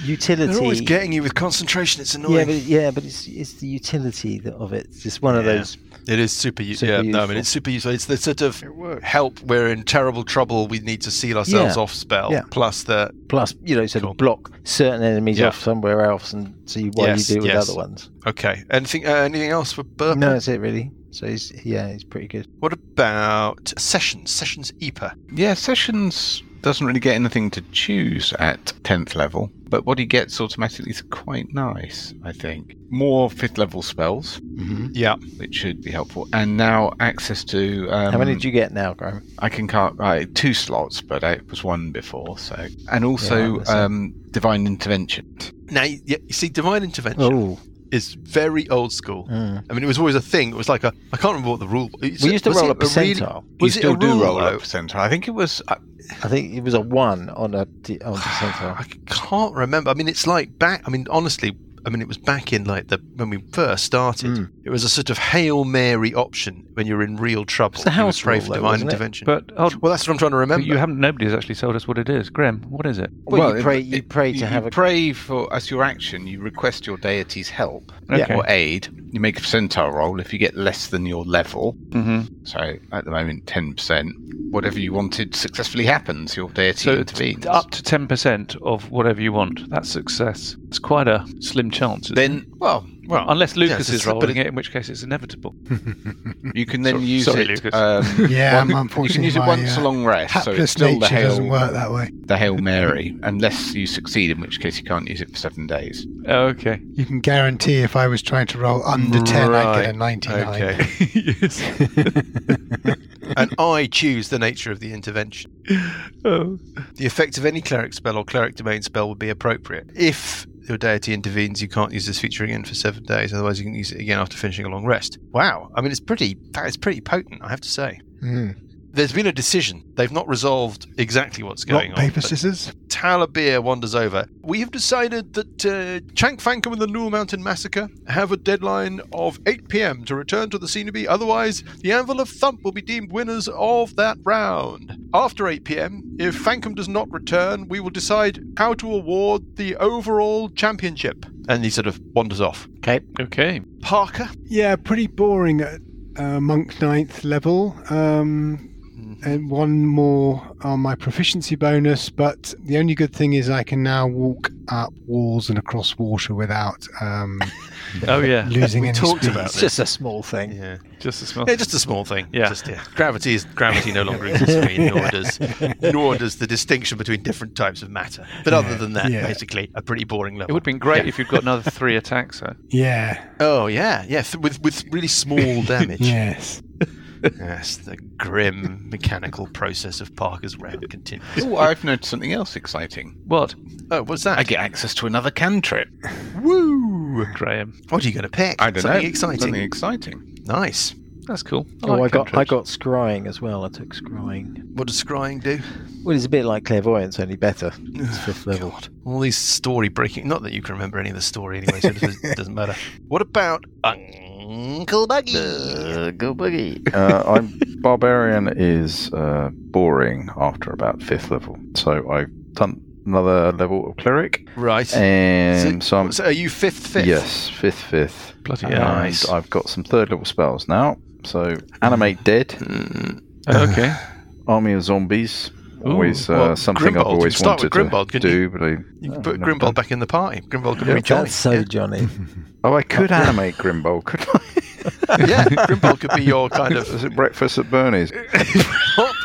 [SPEAKER 2] utility.
[SPEAKER 4] Ah, They're always getting you with concentration. It's
[SPEAKER 2] Yeah,
[SPEAKER 4] annoying.
[SPEAKER 2] but yeah, but it's it's the utility that- of it. It's just one of
[SPEAKER 4] Yeah.
[SPEAKER 2] those.
[SPEAKER 4] it is super. u-
[SPEAKER 2] Super
[SPEAKER 4] yeah, no, I mean
[SPEAKER 2] useful.
[SPEAKER 4] it's super useful. It's the sort of help. We're in terrible trouble. We need to seal ourselves
[SPEAKER 2] Yeah.
[SPEAKER 4] off. Spell
[SPEAKER 2] Yeah.
[SPEAKER 4] plus the
[SPEAKER 2] Plus, you know, sort
[SPEAKER 4] Cool.
[SPEAKER 2] of block certain enemies
[SPEAKER 4] Yeah.
[SPEAKER 2] off somewhere else and see what
[SPEAKER 4] Yes,
[SPEAKER 2] you do with
[SPEAKER 4] yes.
[SPEAKER 2] other ones.
[SPEAKER 4] okay. Anything? Uh, anything else for Burp?
[SPEAKER 2] No, that's it really. So he's yeah, he's pretty good.
[SPEAKER 4] What about sessions? Sessions Epa.
[SPEAKER 6] Yeah, Sessions doesn't really get anything to choose at 10th level, but what he gets automatically is quite nice, I think. More 5th level spells,
[SPEAKER 2] Mm-hmm.
[SPEAKER 4] Yeah.
[SPEAKER 6] which should be helpful, and now access to. Um,
[SPEAKER 2] How many did you get now, Graham?
[SPEAKER 6] I can cast uh, two slots, but it was one before, so. And also
[SPEAKER 2] Yeah, that's it.
[SPEAKER 6] um, Divine Intervention.
[SPEAKER 4] Now you, you see, divine intervention
[SPEAKER 2] Oh,
[SPEAKER 4] is very old school.
[SPEAKER 2] mm.
[SPEAKER 4] I mean, it was always a thing. It was like a I can't remember what the rule. it's-
[SPEAKER 2] we used to
[SPEAKER 4] was
[SPEAKER 2] roll
[SPEAKER 4] it
[SPEAKER 2] a percentile.
[SPEAKER 4] Really, was
[SPEAKER 6] you
[SPEAKER 4] it
[SPEAKER 6] still
[SPEAKER 4] a
[SPEAKER 6] do
[SPEAKER 4] rule,
[SPEAKER 6] roll
[SPEAKER 4] though?
[SPEAKER 6] a percentile. I think it was. Uh,
[SPEAKER 2] I think it was a one on a d- on percentile.
[SPEAKER 4] I can't remember. I mean, it's like back. I mean, honestly, I mean, it was back in like the when we first started.
[SPEAKER 2] Mm.
[SPEAKER 4] It was a sort of hail mary option when you're in real trouble.
[SPEAKER 2] It's the
[SPEAKER 4] You
[SPEAKER 2] house
[SPEAKER 4] would pray
[SPEAKER 2] rule,
[SPEAKER 4] for
[SPEAKER 2] though,
[SPEAKER 4] divine
[SPEAKER 2] wasn't it?
[SPEAKER 4] intervention.
[SPEAKER 5] But hold,
[SPEAKER 4] well, that's what I'm trying to
[SPEAKER 5] but
[SPEAKER 4] remember.
[SPEAKER 5] you haven't. Nobody's actually told us what it is. Graham, what is it?
[SPEAKER 2] Well, you pray. You
[SPEAKER 6] it-
[SPEAKER 2] pray
[SPEAKER 6] you-
[SPEAKER 2] to have
[SPEAKER 6] you
[SPEAKER 2] a.
[SPEAKER 6] pray for as your action. You request your deity's help
[SPEAKER 5] Okay.
[SPEAKER 6] or aid. You make a percentile roll. If you get less than your level,
[SPEAKER 5] Mm-hmm.
[SPEAKER 6] So at the moment, ten percent. Whatever you wanted successfully happens. Your deity
[SPEAKER 5] So
[SPEAKER 6] intervenes.
[SPEAKER 5] up to ten percent of whatever you want. That's success. It's quite a slim chance. isn't it?
[SPEAKER 6] then, well, well,
[SPEAKER 5] unless Lucas
[SPEAKER 4] it's a
[SPEAKER 5] is
[SPEAKER 4] slip,
[SPEAKER 5] rolling
[SPEAKER 4] but
[SPEAKER 5] it, in which case it's inevitable.
[SPEAKER 6] you can then
[SPEAKER 5] Sorry-
[SPEAKER 6] use
[SPEAKER 5] sorry,
[SPEAKER 6] it.
[SPEAKER 5] Lucas.
[SPEAKER 6] Um,
[SPEAKER 3] Yeah, I'm
[SPEAKER 6] you can
[SPEAKER 3] unfortunately
[SPEAKER 6] use it
[SPEAKER 3] my,
[SPEAKER 6] once
[SPEAKER 3] uh,
[SPEAKER 6] a long rest. So it's
[SPEAKER 3] Hapless
[SPEAKER 6] still the
[SPEAKER 3] nature doesn't
[SPEAKER 6] hail,
[SPEAKER 3] work that way.
[SPEAKER 6] the hail Mary, unless you succeed, in which case you can't use it for seven days.
[SPEAKER 4] Oh,
[SPEAKER 5] Okay.
[SPEAKER 3] You can guarantee if I was trying to roll under 10, I'd get
[SPEAKER 4] Right.
[SPEAKER 3] a 99.
[SPEAKER 4] okay.
[SPEAKER 5] yes.
[SPEAKER 4] and I choose the nature of the intervention.
[SPEAKER 5] Oh.
[SPEAKER 4] The effect of any cleric spell or cleric domain spell would be appropriate. If your deity intervenes, you can't use this feature again for seven days. Otherwise, you can use it again after finishing a long rest. Wow. I mean, it's pretty. That is pretty potent. I have to say.
[SPEAKER 3] Mm.
[SPEAKER 4] There's been a decision. They've not resolved exactly what's
[SPEAKER 3] Rock,
[SPEAKER 4] going on.
[SPEAKER 3] paper,
[SPEAKER 4] but-
[SPEAKER 3] scissors.
[SPEAKER 4] Talabir wanders over. We have decided that uh, Chank Fankum and the Newell Mountain Massacre have a deadline of 8 p.m. to return to the scenery. Otherwise, the Anvil of Thump will be deemed winners of that round. After 8 p.m., if Fankum does not return, we will decide how to award the overall championship. And he sort of wanders off.
[SPEAKER 5] Okay.
[SPEAKER 4] Parker?
[SPEAKER 1] Yeah, pretty boring at uh, monk ninth level. Um,
[SPEAKER 4] Mm-hmm.
[SPEAKER 3] and one more on my proficiency bonus. But the only good thing is I can now walk up walls and across water without um,
[SPEAKER 5] Oh yeah,
[SPEAKER 3] losing
[SPEAKER 4] We
[SPEAKER 3] any
[SPEAKER 4] talked
[SPEAKER 3] speed.
[SPEAKER 4] about
[SPEAKER 2] It's
[SPEAKER 4] this.
[SPEAKER 2] just a small thing.
[SPEAKER 4] yeah.
[SPEAKER 5] just a small.
[SPEAKER 4] Yeah, just a small thing.
[SPEAKER 5] Yeah.
[SPEAKER 4] Just, yeah. Gravity is gravity no longer exists for me, nor does nor does the distinction between different types of matter. But other than that,
[SPEAKER 3] yeah.
[SPEAKER 4] basically a pretty boring level.
[SPEAKER 5] It would have been great if you'd got another three attacks. Though.
[SPEAKER 3] Yeah.
[SPEAKER 4] Oh yeah, yeah, th- with with really small damage.
[SPEAKER 3] Yes.
[SPEAKER 4] Yes, the grim mechanical process of Parker's round continues.
[SPEAKER 6] Oh, I've noticed something else exciting.
[SPEAKER 5] What,
[SPEAKER 4] Oh, what's that?
[SPEAKER 6] I get access to another cantrip.
[SPEAKER 4] woo.
[SPEAKER 5] Graham?
[SPEAKER 4] What are you going to pick?
[SPEAKER 6] I don't
[SPEAKER 4] Something
[SPEAKER 6] know.
[SPEAKER 4] exciting.
[SPEAKER 6] Something exciting.
[SPEAKER 4] Nice.
[SPEAKER 5] That's cool. I
[SPEAKER 2] Oh, I
[SPEAKER 5] like
[SPEAKER 2] got I
[SPEAKER 5] cantrips.
[SPEAKER 2] got scrying as well. I took scrying.
[SPEAKER 4] What does scrying do?
[SPEAKER 2] Well, it's a bit like clairvoyance, only better. It's fifth level.
[SPEAKER 4] God, all these story breaking. Not that you can remember any of the story anyway, so it doesn't- it doesn't matter. What about Uncle Buggy?
[SPEAKER 8] go buggy. Uh, I'm barbarian is uh, boring after about fifth level, so I've done another level of cleric,
[SPEAKER 4] Right.
[SPEAKER 8] and Um, so, I'm
[SPEAKER 4] so are you fifth, fifth?
[SPEAKER 8] yes, fifth, fifth.
[SPEAKER 5] bloody
[SPEAKER 4] Yeah.
[SPEAKER 8] And
[SPEAKER 5] hell.
[SPEAKER 4] Nice. Hmm.
[SPEAKER 8] I've got some third level spells now. So animate dead,
[SPEAKER 4] Mm,
[SPEAKER 5] okay.
[SPEAKER 8] army of zombies.
[SPEAKER 5] Ooh,
[SPEAKER 8] Always uh,
[SPEAKER 4] well,
[SPEAKER 8] something
[SPEAKER 4] Grimbold.
[SPEAKER 8] I've always
[SPEAKER 4] Start with
[SPEAKER 8] wanted
[SPEAKER 4] Grimbold,
[SPEAKER 8] to
[SPEAKER 4] couldn't
[SPEAKER 8] do, but I
[SPEAKER 4] you can
[SPEAKER 8] Oh,
[SPEAKER 4] put
[SPEAKER 8] never
[SPEAKER 4] Grimbold
[SPEAKER 8] done.
[SPEAKER 4] back in the party. Grimbold can
[SPEAKER 8] Yeah,
[SPEAKER 4] rejoin.
[SPEAKER 2] That's so
[SPEAKER 4] yeah.
[SPEAKER 2] Johnny.
[SPEAKER 8] Oh, I could animate Grimbold, could I?
[SPEAKER 4] yeah, Grimbold could be your kind of.
[SPEAKER 8] Is it breakfast at Bernie's?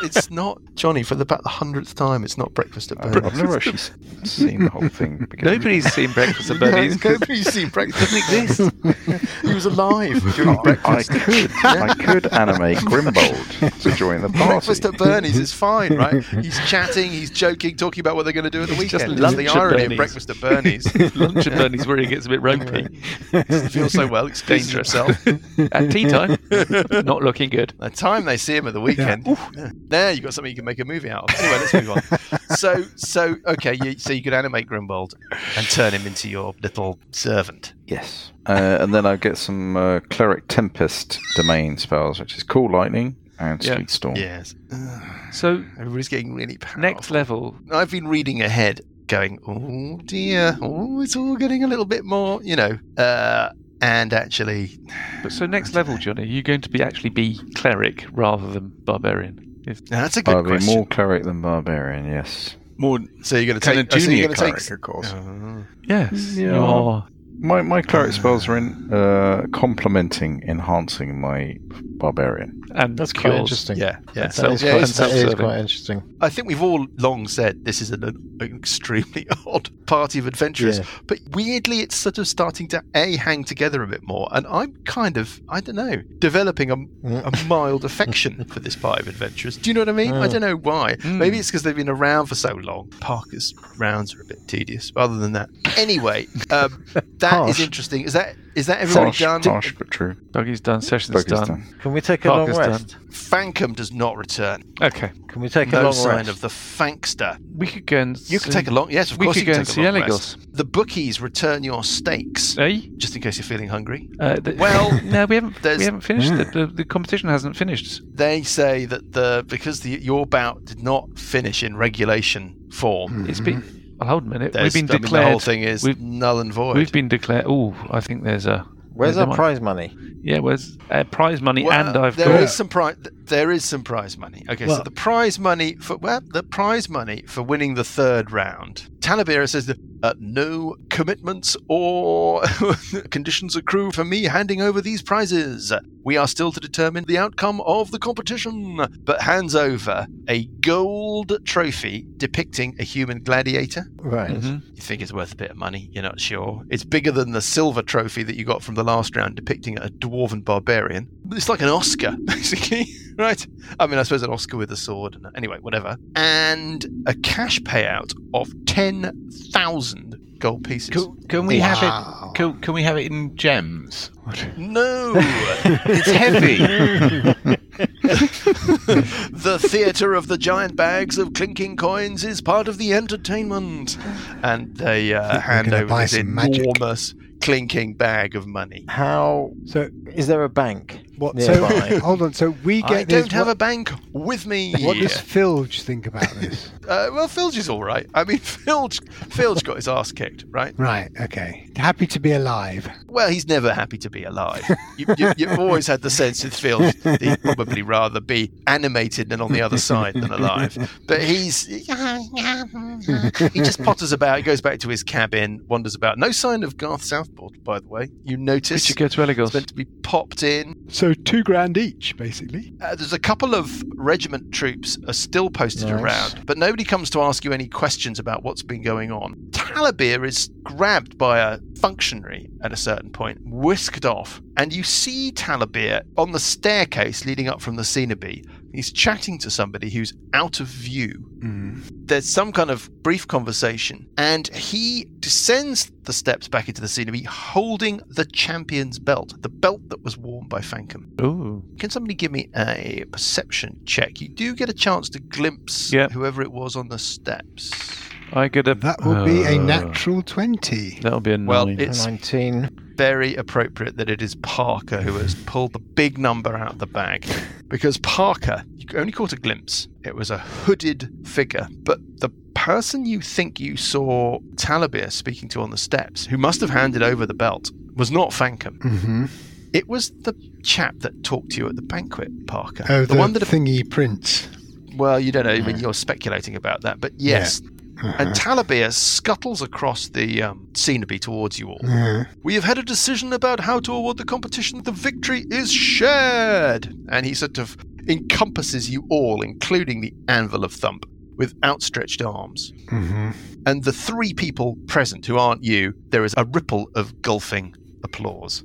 [SPEAKER 4] it's not Johnny for the, about the hundredth time. It's not breakfast at
[SPEAKER 8] Uh,
[SPEAKER 4] Bernie's.
[SPEAKER 8] I've never actually s- seen the whole thing. because-
[SPEAKER 5] Nobody's seen Breakfast at Bernie's.
[SPEAKER 4] Nobody's seen breakfast. Doesn't exist. he was alive during
[SPEAKER 8] I
[SPEAKER 4] breakfast.
[SPEAKER 8] could, I could animate Grimbold to join the
[SPEAKER 4] Breakfast
[SPEAKER 8] party.
[SPEAKER 4] at Bernie's is fine, right? He's chatting, he's joking, talking about what they're going to do at the
[SPEAKER 5] It's just
[SPEAKER 4] weekend. It's the
[SPEAKER 5] lunch at
[SPEAKER 4] irony of
[SPEAKER 5] Bernie's.
[SPEAKER 4] breakfast at Bernie's.
[SPEAKER 5] Lunch at Bernie's where he gets a bit ropey.
[SPEAKER 4] Doesn't feel so well, excuses
[SPEAKER 5] Dangerous.
[SPEAKER 4] himself.
[SPEAKER 5] At tea time, not looking good.
[SPEAKER 4] The time they see him at the weekend. Yeah. There, you've got something you can make a movie out of. Anyway, let's move on. So, so okay, you, so you could animate Grimbold and turn him into your little servant.
[SPEAKER 8] Yes. Uh, and then I get some uh, Cleric Tempest domain spells, which is Cool Lightning and
[SPEAKER 5] Yeah.
[SPEAKER 8] Sweet Storm.
[SPEAKER 4] Yes. Ugh,
[SPEAKER 5] So
[SPEAKER 4] everybody's getting really powerful.
[SPEAKER 5] next level,
[SPEAKER 4] I've been reading ahead, going, oh dear, oh, it's all getting a little bit more, you know. Uh, and actually,
[SPEAKER 5] but so next level, Johnny, you're going to be actually be cleric rather than barbarian. If-
[SPEAKER 4] now that's a good
[SPEAKER 8] I'll be
[SPEAKER 4] question.
[SPEAKER 8] more cleric than barbarian, yes.
[SPEAKER 6] More
[SPEAKER 4] so you're going to
[SPEAKER 6] kind
[SPEAKER 4] take,
[SPEAKER 6] of
[SPEAKER 4] oh, so
[SPEAKER 6] junior
[SPEAKER 4] you're going
[SPEAKER 6] cleric,
[SPEAKER 4] to take.
[SPEAKER 6] of course.
[SPEAKER 4] Oh.
[SPEAKER 5] yes,
[SPEAKER 8] Yeah.
[SPEAKER 5] you are.
[SPEAKER 8] My, my cleric spells are in uh, complementing, enhancing my barbarian.
[SPEAKER 5] And
[SPEAKER 2] That's quite
[SPEAKER 5] yours.
[SPEAKER 2] interesting.
[SPEAKER 4] Yeah, yeah.
[SPEAKER 5] So-
[SPEAKER 2] that is,
[SPEAKER 4] yeah,
[SPEAKER 2] quite,
[SPEAKER 4] it's
[SPEAKER 2] that is
[SPEAKER 5] self-serving.
[SPEAKER 2] quite interesting.
[SPEAKER 4] I think we've all long said this is an, an extremely odd party of adventurers,
[SPEAKER 2] Yeah.
[SPEAKER 4] but weirdly, it's sort of starting to a hang together a bit more, and I'm kind of I don't know developing a,
[SPEAKER 2] Mm.
[SPEAKER 4] a mild affection for this party of adventurers. Do you know what I mean? I
[SPEAKER 2] Mm.
[SPEAKER 4] don't know why.
[SPEAKER 5] Mm.
[SPEAKER 4] Maybe it's because they've been around for so long. Parker's rounds are a bit tedious. but Other than that, anyway, um, that is
[SPEAKER 2] Harsh.
[SPEAKER 4] interesting. Is that is that everybody
[SPEAKER 8] Harsh,
[SPEAKER 4] done?
[SPEAKER 8] harsh but true.
[SPEAKER 5] Doggy's done. Session's
[SPEAKER 8] Focus
[SPEAKER 5] done.
[SPEAKER 8] done.
[SPEAKER 2] Can we take a long
[SPEAKER 5] Parker's done.
[SPEAKER 2] rest?
[SPEAKER 4] Fankum does not return.
[SPEAKER 5] Okay,
[SPEAKER 2] Can we take a
[SPEAKER 4] No
[SPEAKER 2] long
[SPEAKER 4] sign
[SPEAKER 2] rest?
[SPEAKER 4] of the Fankster.
[SPEAKER 5] we could go and
[SPEAKER 4] You can
[SPEAKER 5] see-
[SPEAKER 4] take a long. Yes, of
[SPEAKER 5] we
[SPEAKER 4] course
[SPEAKER 5] could
[SPEAKER 4] you
[SPEAKER 5] go
[SPEAKER 4] can
[SPEAKER 5] and
[SPEAKER 4] take
[SPEAKER 5] see
[SPEAKER 4] a long rest.
[SPEAKER 5] Eligos.
[SPEAKER 4] The bookies return your stakes,
[SPEAKER 5] Eh?
[SPEAKER 4] just in case you're feeling hungry.
[SPEAKER 5] Uh, the-
[SPEAKER 4] Well,
[SPEAKER 5] no, we haven't.
[SPEAKER 4] there's-
[SPEAKER 5] We haven't finished.
[SPEAKER 3] Yeah.
[SPEAKER 5] it. The, the competition hasn't finished.
[SPEAKER 4] They say that the because the your bout did not finish in regulation form.
[SPEAKER 5] It's been. Well, hold a minute.
[SPEAKER 4] there's-
[SPEAKER 5] we've
[SPEAKER 4] I
[SPEAKER 5] been
[SPEAKER 4] mean, the whole
[SPEAKER 5] declared.
[SPEAKER 4] thing is
[SPEAKER 5] we've-
[SPEAKER 4] null and void.
[SPEAKER 5] we've been declared. Oh, I think there's a.
[SPEAKER 2] Where's
[SPEAKER 5] Never
[SPEAKER 2] our
[SPEAKER 5] mind.
[SPEAKER 2] prize money?
[SPEAKER 5] Yeah, where's uh, prize money?
[SPEAKER 4] Well,
[SPEAKER 5] and I've
[SPEAKER 4] there
[SPEAKER 5] got.
[SPEAKER 4] is some prize. There is some prize money. Okay, so
[SPEAKER 3] Well-
[SPEAKER 4] the prize money for well, the prize money for winning the third round. Talabira says that uh, no commitments or conditions accrue for me handing over these prizes. We are still to determine the outcome of the competition, but hands over a gold trophy depicting a human gladiator.
[SPEAKER 2] Right.
[SPEAKER 3] Mm-hmm.
[SPEAKER 5] Mhm.
[SPEAKER 4] You think it's worth a bit of money? You're not sure. It's bigger than the silver trophy that you got from the last round depicting a dwarven barbarian. It's like an Oscar, basically, right? I mean, I suppose an Oscar with a sword. Anyway, whatever. And a cash payout of 10,000 gold pieces.
[SPEAKER 6] Can, can we have
[SPEAKER 3] Wow.
[SPEAKER 6] it? Can, can we have it in gems?
[SPEAKER 4] No!
[SPEAKER 6] It's heavy.
[SPEAKER 4] the theatre of the giant bags of clinking coins is part of the entertainment. And they uh,
[SPEAKER 3] we're
[SPEAKER 4] hand
[SPEAKER 3] gonna
[SPEAKER 4] over
[SPEAKER 3] buy
[SPEAKER 4] this
[SPEAKER 3] some magic.
[SPEAKER 4] enormous clinking bag of money.
[SPEAKER 2] How
[SPEAKER 3] So
[SPEAKER 2] is there a bank?
[SPEAKER 3] what?
[SPEAKER 2] Nearby.
[SPEAKER 3] So hold on. So we get
[SPEAKER 4] I
[SPEAKER 3] this.
[SPEAKER 4] don't have
[SPEAKER 3] what,
[SPEAKER 4] a bank with me.
[SPEAKER 3] what does Filge think about this?
[SPEAKER 4] Uh, well, Filge is all right. I mean, Filge, Filge got his ass kicked, right?
[SPEAKER 3] right. Okay. Happy to be alive.
[SPEAKER 4] well, he's never happy to be alive. You, you, you've always had the sense and feel that he'd probably rather be animated and on the other side than alive. But he's he just potters about. He goes back to his cabin, wanders about. No sign of Garth Southport, by the way. You notice
[SPEAKER 5] Did you go to Eligos?
[SPEAKER 4] it's meant to be popped in.
[SPEAKER 1] So two grand each, basically.
[SPEAKER 4] Uh, there's a couple of regiment troops are still posted
[SPEAKER 2] Nice.
[SPEAKER 4] around, but nobody comes to ask you any questions about what's been going on. Talabir is grabbed by a functionary at a certain point, whisked off, and you see Talabir on the staircase leading up from the Cenobee. He's chatting to somebody who's out of view
[SPEAKER 3] mm,
[SPEAKER 4] there's some kind of brief conversation, and he descends the steps back into the scenery holding the champion's belt, the belt that was worn by Fankum.
[SPEAKER 5] Ooh.
[SPEAKER 4] Can somebody give me a perception check? You do get a chance to glimpse
[SPEAKER 5] Yep.
[SPEAKER 4] whoever it was on the steps.
[SPEAKER 5] I get a.
[SPEAKER 3] That will be a
[SPEAKER 5] Uh,
[SPEAKER 3] natural 20.
[SPEAKER 5] That'll be a nine.
[SPEAKER 4] Well, it's
[SPEAKER 2] 19.
[SPEAKER 4] very appropriate that it is Parker who has pulled the big number out of the bag. Because Parker, you only caught a glimpse. It was a hooded figure. But the person you think you saw Talabir speaking to on the steps, who must have handed over the belt, was not Fankum.
[SPEAKER 3] Mm-hmm.
[SPEAKER 4] It was the chap that talked to you at the banquet, Parker.
[SPEAKER 3] Oh, the,
[SPEAKER 4] the one that
[SPEAKER 3] thingy prints.
[SPEAKER 4] well, you don't know. I mean, you're speculating about that, but yes. And
[SPEAKER 3] Uh-huh.
[SPEAKER 4] Talabir scuttles across the um, scenery towards you all.
[SPEAKER 3] Yeah.
[SPEAKER 4] We have had a decision about how to award the competition. The victory is shared. And he sort of encompasses you all, including the anvil of thump, with outstretched arms.
[SPEAKER 3] Mm-hmm.
[SPEAKER 4] And the three people present who aren't you, there is a ripple of gulfing applause.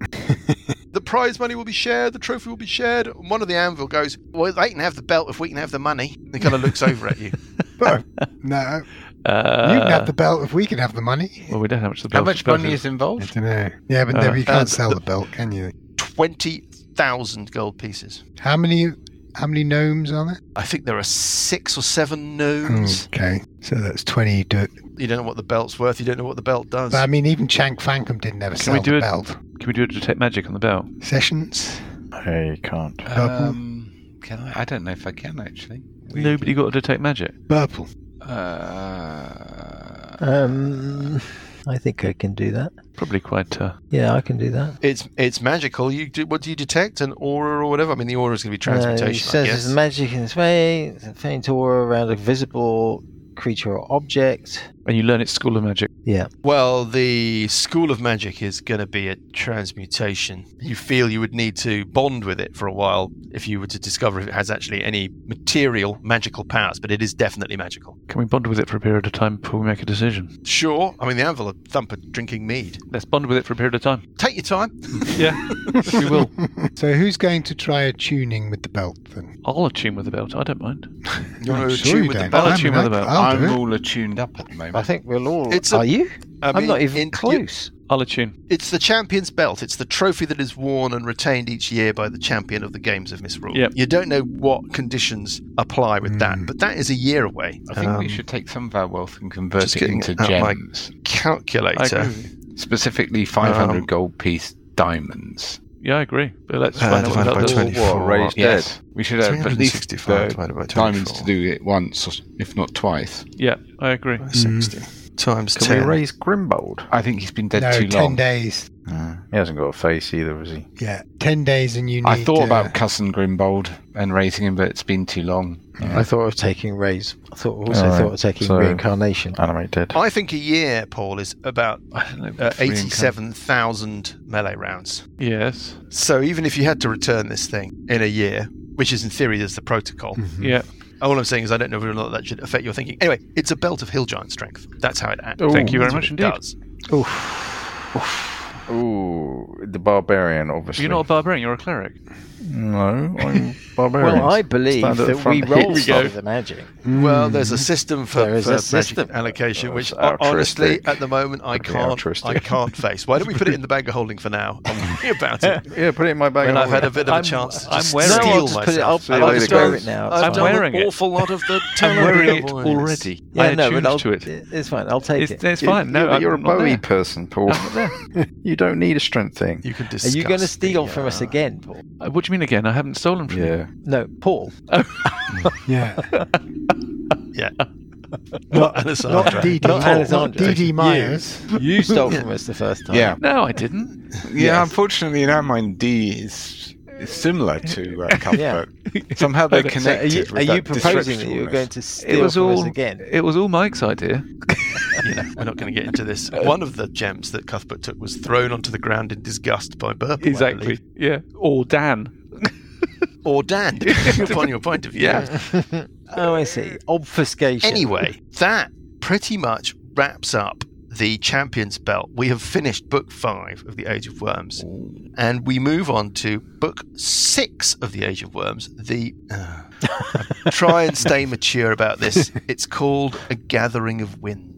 [SPEAKER 4] the prize money will be shared, the trophy will be shared. And one of the anvil goes, Well, they can have the belt if we can have the money. And he kind of looks over at you.
[SPEAKER 3] But, no,
[SPEAKER 5] uh,
[SPEAKER 3] you can have the belt if we can have the money.
[SPEAKER 5] Well, we don't have much of the
[SPEAKER 6] How
[SPEAKER 5] bells,
[SPEAKER 6] much
[SPEAKER 5] but
[SPEAKER 6] money is
[SPEAKER 3] I
[SPEAKER 6] involved?
[SPEAKER 3] don't know. Yeah, but then
[SPEAKER 5] Uh,
[SPEAKER 3] you can't
[SPEAKER 4] uh,
[SPEAKER 3] sell
[SPEAKER 4] the-
[SPEAKER 3] the belt, can you?
[SPEAKER 4] 20,000 gold pieces.
[SPEAKER 3] How many? How many gnomes are there?
[SPEAKER 4] I think there are six or
[SPEAKER 1] Mm.
[SPEAKER 4] seven gnomes.
[SPEAKER 3] Okay, so that's twenty. Do-
[SPEAKER 2] Hmm.
[SPEAKER 4] You don't know what the belt's worth. You don't know what the belt does.
[SPEAKER 3] but I mean, even Chank Fankum didn't ever
[SPEAKER 5] Can
[SPEAKER 3] sell
[SPEAKER 5] we do
[SPEAKER 3] the
[SPEAKER 5] it-
[SPEAKER 3] belt.
[SPEAKER 5] Can we do a detect magic on the bell?
[SPEAKER 3] Sessions.
[SPEAKER 8] I can't.
[SPEAKER 3] Purple.
[SPEAKER 6] Um, can I? I don't know if I can actually.
[SPEAKER 5] Nobody got a detect magic.
[SPEAKER 3] Purple.
[SPEAKER 6] Uh,
[SPEAKER 2] Um, I think I can do that.
[SPEAKER 5] Probably quite. Uh,
[SPEAKER 2] Yeah, I can do that.
[SPEAKER 4] it's it's magical. You do what do you detect? An aura or whatever? I mean, the aura is going to be
[SPEAKER 2] Uh,
[SPEAKER 4] transmutation.
[SPEAKER 2] he
[SPEAKER 4] I
[SPEAKER 2] says
[SPEAKER 4] guess.
[SPEAKER 2] there's magic in this way, it's a faint aura around a visible creature or object.
[SPEAKER 5] and you learn it's school of magic.
[SPEAKER 2] Yeah.
[SPEAKER 4] Well, the school of magic is going to be a transmutation. You feel you would need to bond with it for a while if you were to discover if it has actually any material magical powers, but it is definitely magical.
[SPEAKER 5] Can we bond with it for a period of time before we make a decision?
[SPEAKER 4] Sure. I mean, the anvil of thumper drinking mead.
[SPEAKER 5] Let's bond with it for a period of time.
[SPEAKER 4] Take your time.
[SPEAKER 5] Yeah, we will.
[SPEAKER 3] So who's going to try a tuning with the belt then?
[SPEAKER 5] I'll attune with the belt. I don't mind.
[SPEAKER 4] You want
[SPEAKER 3] I'm
[SPEAKER 4] to
[SPEAKER 3] sure
[SPEAKER 4] attune
[SPEAKER 3] you
[SPEAKER 4] with the
[SPEAKER 3] don't.
[SPEAKER 4] belt?
[SPEAKER 3] I
[SPEAKER 5] Attune with
[SPEAKER 3] mean,
[SPEAKER 5] the
[SPEAKER 3] I-
[SPEAKER 5] belt.
[SPEAKER 3] I'll do
[SPEAKER 6] I'm
[SPEAKER 3] it.
[SPEAKER 6] all attuned up at the moment.
[SPEAKER 2] I think we'll all.
[SPEAKER 4] It's a-
[SPEAKER 2] Are you?
[SPEAKER 4] I
[SPEAKER 2] I'm not
[SPEAKER 4] mean,
[SPEAKER 2] even
[SPEAKER 4] in-
[SPEAKER 2] close.
[SPEAKER 5] I'll attune.
[SPEAKER 4] It's the champion's belt. It's the trophy that is worn and retained each year by the champion of the games of Misrule.
[SPEAKER 5] Yep.
[SPEAKER 4] You don't know what conditions apply with that,
[SPEAKER 3] Mm.
[SPEAKER 4] but that is a year away.
[SPEAKER 6] I think we
[SPEAKER 4] Um,
[SPEAKER 6] should take some of our wealth and
[SPEAKER 4] Just
[SPEAKER 6] convert it
[SPEAKER 4] getting
[SPEAKER 6] into
[SPEAKER 4] out my-
[SPEAKER 5] I
[SPEAKER 6] gems,
[SPEAKER 5] agree.
[SPEAKER 4] calculator.
[SPEAKER 5] with you.
[SPEAKER 6] specifically 500
[SPEAKER 4] Um,
[SPEAKER 6] gold piece diamonds.
[SPEAKER 5] Yeah, I agree. But let's
[SPEAKER 4] Uh,
[SPEAKER 5] find out what
[SPEAKER 4] divided
[SPEAKER 5] the
[SPEAKER 4] by
[SPEAKER 5] belt does.
[SPEAKER 4] 20. 24.
[SPEAKER 8] raised
[SPEAKER 6] Yes, we should have at least
[SPEAKER 4] 365
[SPEAKER 6] the
[SPEAKER 4] divided by
[SPEAKER 6] diamonds
[SPEAKER 4] 24.
[SPEAKER 6] to do it once, or, if not twice.
[SPEAKER 5] Yeah, I agree.
[SPEAKER 4] 60
[SPEAKER 2] Mm.
[SPEAKER 4] times
[SPEAKER 8] Can
[SPEAKER 4] 10.
[SPEAKER 8] we raise Grimbold?
[SPEAKER 6] I think he's been dead
[SPEAKER 3] no,
[SPEAKER 6] too
[SPEAKER 3] ten
[SPEAKER 6] long.
[SPEAKER 3] days.
[SPEAKER 8] He hasn't got a face either, has he?
[SPEAKER 3] Yeah, ten days, and you need.
[SPEAKER 6] I thought
[SPEAKER 3] uh,
[SPEAKER 6] about cousin Grimbold and raising him, but it's been too long.
[SPEAKER 2] I thought of taking rays. I thought also
[SPEAKER 8] Alright,
[SPEAKER 2] thought of taking
[SPEAKER 8] so-
[SPEAKER 2] reincarnation.
[SPEAKER 8] Animate dead.
[SPEAKER 4] I think a year, Paul, is about
[SPEAKER 5] I don't know.
[SPEAKER 4] uh,
[SPEAKER 5] Free income.
[SPEAKER 4] 87,000 melee rounds.
[SPEAKER 5] Yes.
[SPEAKER 4] So even if you had to return this thing in a year, which is in theory is the protocol,
[SPEAKER 3] Mm-hmm.
[SPEAKER 5] Yeah.
[SPEAKER 4] all I'm saying is I don't know whether or not that should affect your thinking. Anyway, it's a belt of hill giant strength. That's how it acts.
[SPEAKER 5] Thank you very
[SPEAKER 4] That's what
[SPEAKER 5] much
[SPEAKER 4] it
[SPEAKER 5] indeed.
[SPEAKER 4] does.
[SPEAKER 8] Ooh, the barbarian, obviously.
[SPEAKER 5] You're not a barbarian. You're a cleric.
[SPEAKER 8] No, I'm barbarian.
[SPEAKER 2] Well, I believe
[SPEAKER 8] Stand at the
[SPEAKER 2] that we
[SPEAKER 8] front.
[SPEAKER 2] roll
[SPEAKER 8] Here we
[SPEAKER 2] for the magic.
[SPEAKER 4] Well, there's a system for,
[SPEAKER 2] Mm. There is
[SPEAKER 4] for
[SPEAKER 2] a
[SPEAKER 4] magic
[SPEAKER 2] system.
[SPEAKER 4] allocation, which
[SPEAKER 8] That's
[SPEAKER 4] honestly,
[SPEAKER 8] altruistic.
[SPEAKER 4] at the moment, I
[SPEAKER 8] Pretty
[SPEAKER 4] can't,
[SPEAKER 8] altruistic.
[SPEAKER 4] I can't face. Why don't we put it in the bag of holding for now and worry about it?
[SPEAKER 8] Yeah, put it in my bag.
[SPEAKER 4] When
[SPEAKER 8] and
[SPEAKER 4] I've had a
[SPEAKER 8] hold
[SPEAKER 4] bit of a
[SPEAKER 5] I'm-
[SPEAKER 4] chance to
[SPEAKER 5] I'm
[SPEAKER 4] just
[SPEAKER 5] wearing
[SPEAKER 2] no,
[SPEAKER 5] it.
[SPEAKER 4] steal
[SPEAKER 2] I'll just put it. I'll,
[SPEAKER 4] myself.
[SPEAKER 8] you
[SPEAKER 2] I'll
[SPEAKER 8] later,
[SPEAKER 2] just wear
[SPEAKER 8] guys.
[SPEAKER 2] it now.
[SPEAKER 4] I've
[SPEAKER 2] It's
[SPEAKER 4] done
[SPEAKER 2] fine.
[SPEAKER 5] wearing
[SPEAKER 4] an
[SPEAKER 5] it.
[SPEAKER 4] awful lot of the
[SPEAKER 5] I'm
[SPEAKER 4] Talon
[SPEAKER 5] wearing it
[SPEAKER 4] boys.
[SPEAKER 5] already.
[SPEAKER 2] Yeah,
[SPEAKER 5] I
[SPEAKER 2] no,
[SPEAKER 5] attuned
[SPEAKER 2] but I'll,
[SPEAKER 5] to it.
[SPEAKER 2] it's fine. I'll take
[SPEAKER 5] It's,
[SPEAKER 2] it.
[SPEAKER 8] it.
[SPEAKER 5] it's fine. No,
[SPEAKER 8] Yeah, but you're a
[SPEAKER 5] I'm not
[SPEAKER 8] Bowie
[SPEAKER 5] there.
[SPEAKER 8] person, Paul.
[SPEAKER 5] I'm not there.
[SPEAKER 8] you don't need a strength thing.
[SPEAKER 4] You can
[SPEAKER 2] Are
[SPEAKER 4] discuss.
[SPEAKER 2] you going to
[SPEAKER 4] the,
[SPEAKER 2] steal from us
[SPEAKER 4] uh,
[SPEAKER 2] again, Paul?
[SPEAKER 5] Uh, What do you mean again? I haven't stolen from you.
[SPEAKER 8] Yeah.
[SPEAKER 2] No, Paul.
[SPEAKER 3] Yeah.
[SPEAKER 4] Yeah. Not
[SPEAKER 3] Not
[SPEAKER 4] Alessandra.
[SPEAKER 3] DD,
[SPEAKER 2] Not
[SPEAKER 3] not
[SPEAKER 2] Alessandra.
[SPEAKER 3] DD Myers.
[SPEAKER 2] You stole from us the first time.
[SPEAKER 6] Yeah.
[SPEAKER 5] No, I didn't.
[SPEAKER 6] Yeah, unfortunately, in our mind, D is, is similar to uh,
[SPEAKER 2] Yeah.
[SPEAKER 6] Cuthbert. Somehow they're
[SPEAKER 5] Okay,
[SPEAKER 2] So are
[SPEAKER 6] connected.
[SPEAKER 2] you,
[SPEAKER 6] with
[SPEAKER 2] are
[SPEAKER 6] that
[SPEAKER 2] you proposing that you were
[SPEAKER 6] disrespectfulness.
[SPEAKER 2] going to steal
[SPEAKER 5] It was
[SPEAKER 2] from
[SPEAKER 5] all
[SPEAKER 2] us again?
[SPEAKER 5] It was all Mike's idea.
[SPEAKER 4] you know, we're not going to get into this. One of the gems that Cuthbert took was thrown onto the ground in disgust by Burple. I
[SPEAKER 5] Exactly.
[SPEAKER 4] believe.
[SPEAKER 5] Yeah. Or Dan.
[SPEAKER 4] Or Dan, depending upon your point of view.
[SPEAKER 2] oh, I see. Obfuscation.
[SPEAKER 4] Anyway, that pretty much wraps up the Champion's Belt. We have finished book five of The Age of Worms, and we move on to book six of The Age of Worms. The uh, try and stay mature about this. It's called A Gathering of Winds.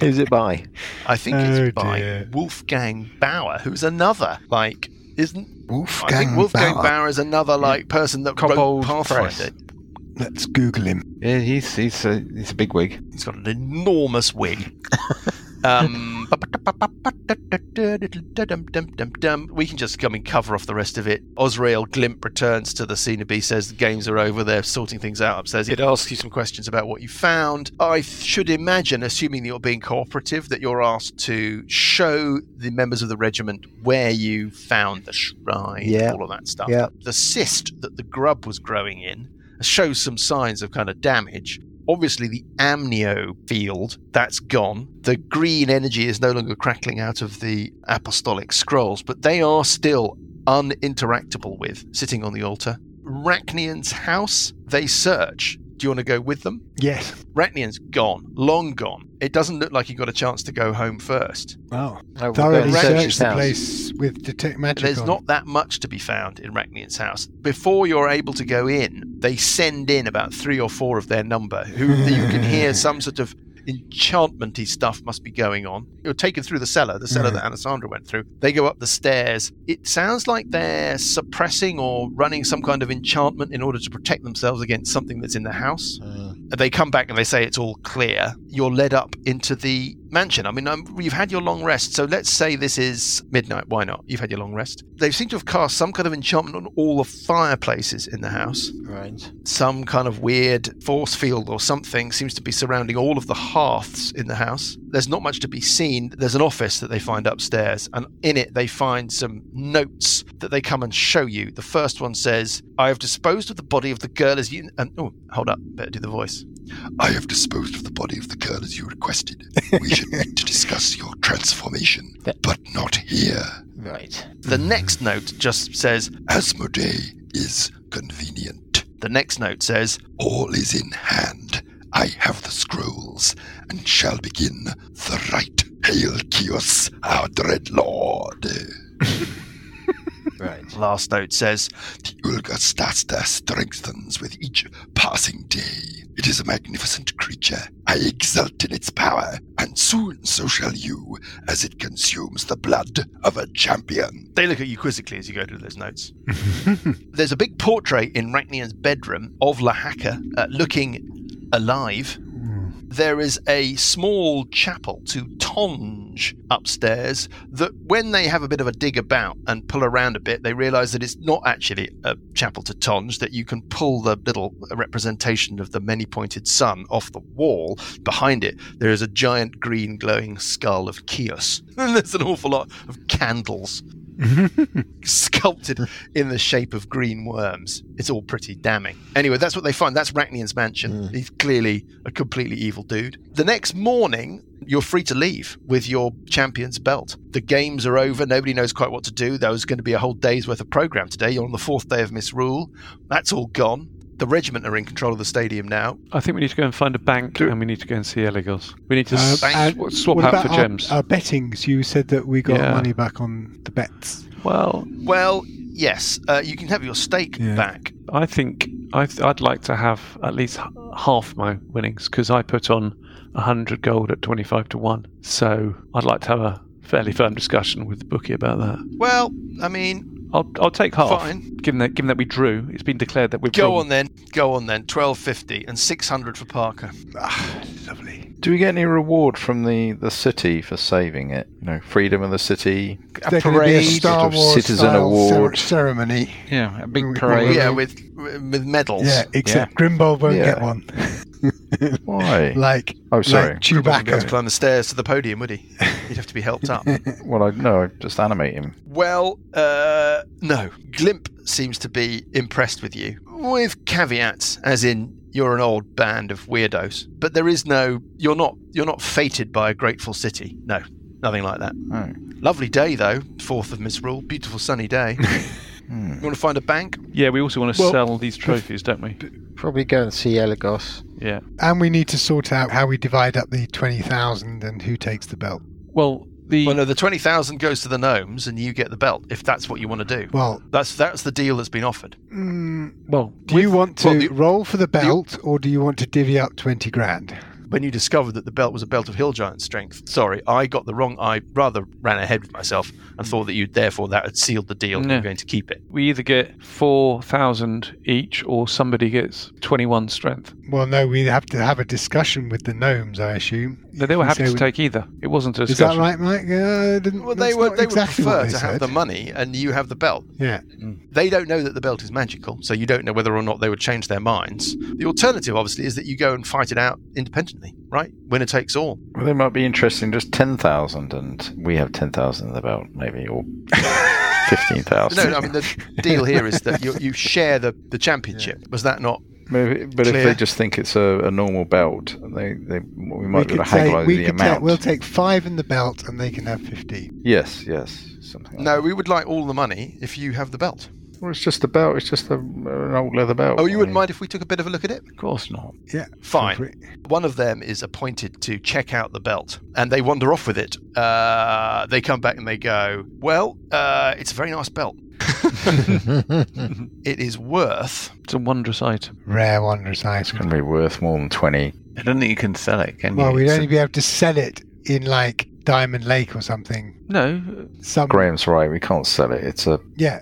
[SPEAKER 2] Who's it by?
[SPEAKER 4] I think it's
[SPEAKER 3] Oh,
[SPEAKER 4] by
[SPEAKER 3] dear.
[SPEAKER 4] Wolfgang Bauer, who's another like isn't I
[SPEAKER 1] Wolfgang
[SPEAKER 4] think Wolfgang
[SPEAKER 1] Bauer.
[SPEAKER 4] Bauer is another like person that wrote
[SPEAKER 6] Cobbold
[SPEAKER 4] Pathfinder.
[SPEAKER 6] Press.
[SPEAKER 1] Let's Google him.
[SPEAKER 6] Yeah, he's he's a he's a big wig.
[SPEAKER 4] He's got an enormous wig. um, we can just come and cover off the rest of it. Osrael Glimp returns to the scene of B, says the games are over, they're sorting things out upstairs. It asks you some questions about what you found. I should imagine, assuming that you're being cooperative, that you're asked to show the members of the regiment where you found the shrine,
[SPEAKER 2] Yeah.
[SPEAKER 4] all of that stuff.
[SPEAKER 2] Yeah.
[SPEAKER 4] The cyst that the grub was growing in shows some signs of kind of damage. Obviously, the amnio field, that's gone. The green energy is no longer crackling out of the apostolic scrolls, but they are still uninteractable with, sitting on the altar. Rachnian's house, they search. Do you want to go with them?
[SPEAKER 1] Yes.
[SPEAKER 4] Rachnian's gone, long gone. It doesn't look like you got a chance to go home first.
[SPEAKER 3] Wow.
[SPEAKER 2] I will Oh, go
[SPEAKER 3] Thoroughly
[SPEAKER 2] and search his
[SPEAKER 3] searched the
[SPEAKER 2] house.
[SPEAKER 3] place with detect magic.
[SPEAKER 4] There's
[SPEAKER 3] on.
[SPEAKER 4] not that much to be found in Rachnian's house. Before you're able to go in, they send in about three or four of their number who you can hear some sort of enchantmenty stuff must be going on. You're taken through the cellar, the cellar
[SPEAKER 3] Mm.
[SPEAKER 4] that Alessandra went through. They go up the stairs. It sounds like they're suppressing or running some kind of enchantment in order to protect themselves against something that's in the house they come back and they say it's all clear, you're led up into the mansion. I mean, um, you've had your long rest, so let's say this is midnight. Why not? You've had your long rest. They seem to have cast some kind of enchantment on all the fireplaces in the house.
[SPEAKER 2] Right.
[SPEAKER 4] Some kind of weird force field or something seems to be surrounding all of the hearths in the house. There's not much to be seen. There's an office that they find upstairs, and in it they find some notes that they come and show you. The first one says, I have disposed of the body of the girl as you. And, oh, hold up. Better do the voice.
[SPEAKER 1] I have disposed of the body of the girl as you requested. We should meet to discuss your transformation, but not here.
[SPEAKER 2] Right.
[SPEAKER 4] The next note just says,
[SPEAKER 1] Asmodee is convenient.
[SPEAKER 4] the next note says,
[SPEAKER 1] All is in hand. I have the scrolls and shall begin the rite. Hail Kios, our dread lord.
[SPEAKER 2] Right.
[SPEAKER 4] last note says,
[SPEAKER 1] The Ulga Stasta strengthens with each passing day. It is a magnificent creature. I exult in its power, and soon so shall you, as it consumes the blood of a champion.
[SPEAKER 4] they look at you quizzically as you go through those notes. There's a big portrait in Rachnian's bedroom of Lahaka uh, looking alive. There is a small chapel to Tonge upstairs that, when they have a bit of a dig about and pull around a bit, they realize that it's not actually a chapel to Tonge, that you can pull the little representation of the many pointed sun off the wall. Behind it, there is a giant green glowing skull of Kios. And there's an awful lot of candles sculpted in the shape of green worms. It's all pretty damning. Anyway, that's what they find. That's Rachnian's mansion. He's clearly a completely evil dude. The next morning, you're free to leave with your champion's belt. The games are over. Nobody knows quite what to do. There was going to be a whole day's worth of program today. You're on the fourth day of misrule. That's all gone. The regiment are in control of the stadium now.
[SPEAKER 5] I think we need to go and find a bank and we need to go and see Eligos. We need to
[SPEAKER 3] Uh,
[SPEAKER 5] s-
[SPEAKER 3] and
[SPEAKER 5] sw- swap
[SPEAKER 3] what
[SPEAKER 5] out
[SPEAKER 3] about
[SPEAKER 5] for
[SPEAKER 3] our, uh,
[SPEAKER 5] gems.
[SPEAKER 3] Our bettings. You said that we got
[SPEAKER 5] Yeah.
[SPEAKER 3] money back on the bets.
[SPEAKER 5] well,
[SPEAKER 4] Well, yes, uh, you can have your stake
[SPEAKER 3] Yeah.
[SPEAKER 4] back.
[SPEAKER 5] I think I th- I'd like to have at least h- half my winnings because I put on 100 gold at 25 to 1. So I'd like to have a fairly firm discussion with the bookie about that.
[SPEAKER 4] Well, I mean,
[SPEAKER 5] I'll, I'll take half.
[SPEAKER 4] Fine.
[SPEAKER 5] Given that, given that we drew, it's been declared that we've
[SPEAKER 4] Go
[SPEAKER 5] drawn.
[SPEAKER 4] on then. Go on then. 1250 and 600 for Parker.
[SPEAKER 6] Ah, lovely.
[SPEAKER 8] Do we get any reward from the, the city for saving it? You know, freedom of the city.
[SPEAKER 3] They're gonna be a
[SPEAKER 8] parade,
[SPEAKER 3] Star
[SPEAKER 8] sort of
[SPEAKER 3] Wars
[SPEAKER 8] citizen
[SPEAKER 3] style
[SPEAKER 8] award.
[SPEAKER 3] cer- ceremony.
[SPEAKER 6] Yeah, a big
[SPEAKER 3] Mm,
[SPEAKER 6] parade.
[SPEAKER 4] Yeah, with with medals.
[SPEAKER 3] Yeah, except Grimbold won't
[SPEAKER 8] Yeah.
[SPEAKER 3] get one.
[SPEAKER 8] Why?
[SPEAKER 3] like,
[SPEAKER 8] Oh, sorry.
[SPEAKER 3] like
[SPEAKER 4] He wouldn't be able to
[SPEAKER 3] Chewbacca.
[SPEAKER 4] climb the stairs to the podium, would he? He'd have to be helped up.
[SPEAKER 8] Well, I no, I just animate him.
[SPEAKER 4] Well, uh, no. Glimp seems to be impressed with you, with caveats, as in you're an old band of weirdos. But there is no, you're not, you're not fated by a grateful city. No, nothing like that.
[SPEAKER 8] Oh.
[SPEAKER 4] Lovely day though, fourth of Misrule, beautiful sunny day. you
[SPEAKER 8] Hmm.
[SPEAKER 4] want to find a bank?
[SPEAKER 5] Yeah, we also want to
[SPEAKER 3] Well,
[SPEAKER 5] sell these trophies, don't we?
[SPEAKER 2] Probably go and see Elagos.
[SPEAKER 5] Yeah.
[SPEAKER 3] And we need to sort out how we divide up the 20,000 and who takes the belt.
[SPEAKER 5] Well, the
[SPEAKER 4] Well, no, the twenty thousand goes to the gnomes, and you get the belt if that's what you want to do.
[SPEAKER 3] Well,
[SPEAKER 4] That's that's the deal that's been offered.
[SPEAKER 3] mm,
[SPEAKER 5] well,
[SPEAKER 3] do you want to
[SPEAKER 4] well, the-
[SPEAKER 3] roll for the belt or do you want to divvy up 20 grand?
[SPEAKER 4] when you discovered that the belt was a belt of hill giant strength. Sorry, I got the wrong. I rather ran ahead with myself
[SPEAKER 3] Hmm.
[SPEAKER 4] and thought that you therefore that had sealed the deal. and
[SPEAKER 5] No.
[SPEAKER 4] You're going to keep it.
[SPEAKER 5] we either get four thousand each, or somebody gets twenty-one strength.
[SPEAKER 3] Well, no, we have to have a discussion with the gnomes, I assume.
[SPEAKER 5] No, they were
[SPEAKER 3] We
[SPEAKER 5] happy
[SPEAKER 3] say
[SPEAKER 5] to
[SPEAKER 3] we-
[SPEAKER 5] take either. It wasn't a
[SPEAKER 3] Is that
[SPEAKER 5] discussion.
[SPEAKER 3] right, Mike? Yeah, I didn't,
[SPEAKER 4] Well, they
[SPEAKER 3] that's
[SPEAKER 4] would
[SPEAKER 3] not
[SPEAKER 4] they
[SPEAKER 3] exactly
[SPEAKER 4] would
[SPEAKER 3] what
[SPEAKER 4] prefer
[SPEAKER 3] they
[SPEAKER 4] to have
[SPEAKER 3] said.
[SPEAKER 4] the money, and you have the belt.
[SPEAKER 3] Yeah.
[SPEAKER 4] They don't know that the belt is magical, so you don't know whether or not they would change their minds. The alternative, obviously, is that you go and fight it out independently, right? Winner takes all.
[SPEAKER 8] Well, it might be interesting. Just ten thousand, and we have ten thousand in the belt, maybe, or fifteen thousand.
[SPEAKER 4] No, no, I mean the deal here is that you, you share the the championship. Was that not?
[SPEAKER 8] Maybe- but if
[SPEAKER 4] Clear.
[SPEAKER 8] they just think it's a, a normal belt, they, they we might be
[SPEAKER 3] we could
[SPEAKER 8] able to haggle
[SPEAKER 3] say,
[SPEAKER 8] over
[SPEAKER 3] we
[SPEAKER 8] the
[SPEAKER 3] could
[SPEAKER 8] amount.
[SPEAKER 3] take, we'll take five in the belt and they can have 15.
[SPEAKER 8] Yes, yes,
[SPEAKER 3] Uh,
[SPEAKER 8] something. Like
[SPEAKER 4] No, we would like all the money if you have the belt.
[SPEAKER 8] that. Well, it's just a belt. It's just a, an old leather belt.
[SPEAKER 4] Oh, you
[SPEAKER 8] I
[SPEAKER 4] wouldn't
[SPEAKER 8] mean,
[SPEAKER 4] mind if we took a bit of a look at it?
[SPEAKER 5] Of course not.
[SPEAKER 4] Fine. One of them is appointed to check out the belt, and they wander off with it. Uh, they come back and they go, "Well, uh, it's a very nice belt. It is worth."
[SPEAKER 5] It's a wondrous item.
[SPEAKER 3] Rare, wondrous item.
[SPEAKER 8] It's going to be worth more than twenty.
[SPEAKER 6] I don't think you can sell it, can
[SPEAKER 3] Well,
[SPEAKER 6] you?
[SPEAKER 3] we'd
[SPEAKER 6] It's
[SPEAKER 3] only
[SPEAKER 6] a-
[SPEAKER 3] be able to sell it in like Diamond Lake or something.
[SPEAKER 5] No,
[SPEAKER 3] Some
[SPEAKER 8] Graham's right. We can't sell it. It's a
[SPEAKER 3] yeah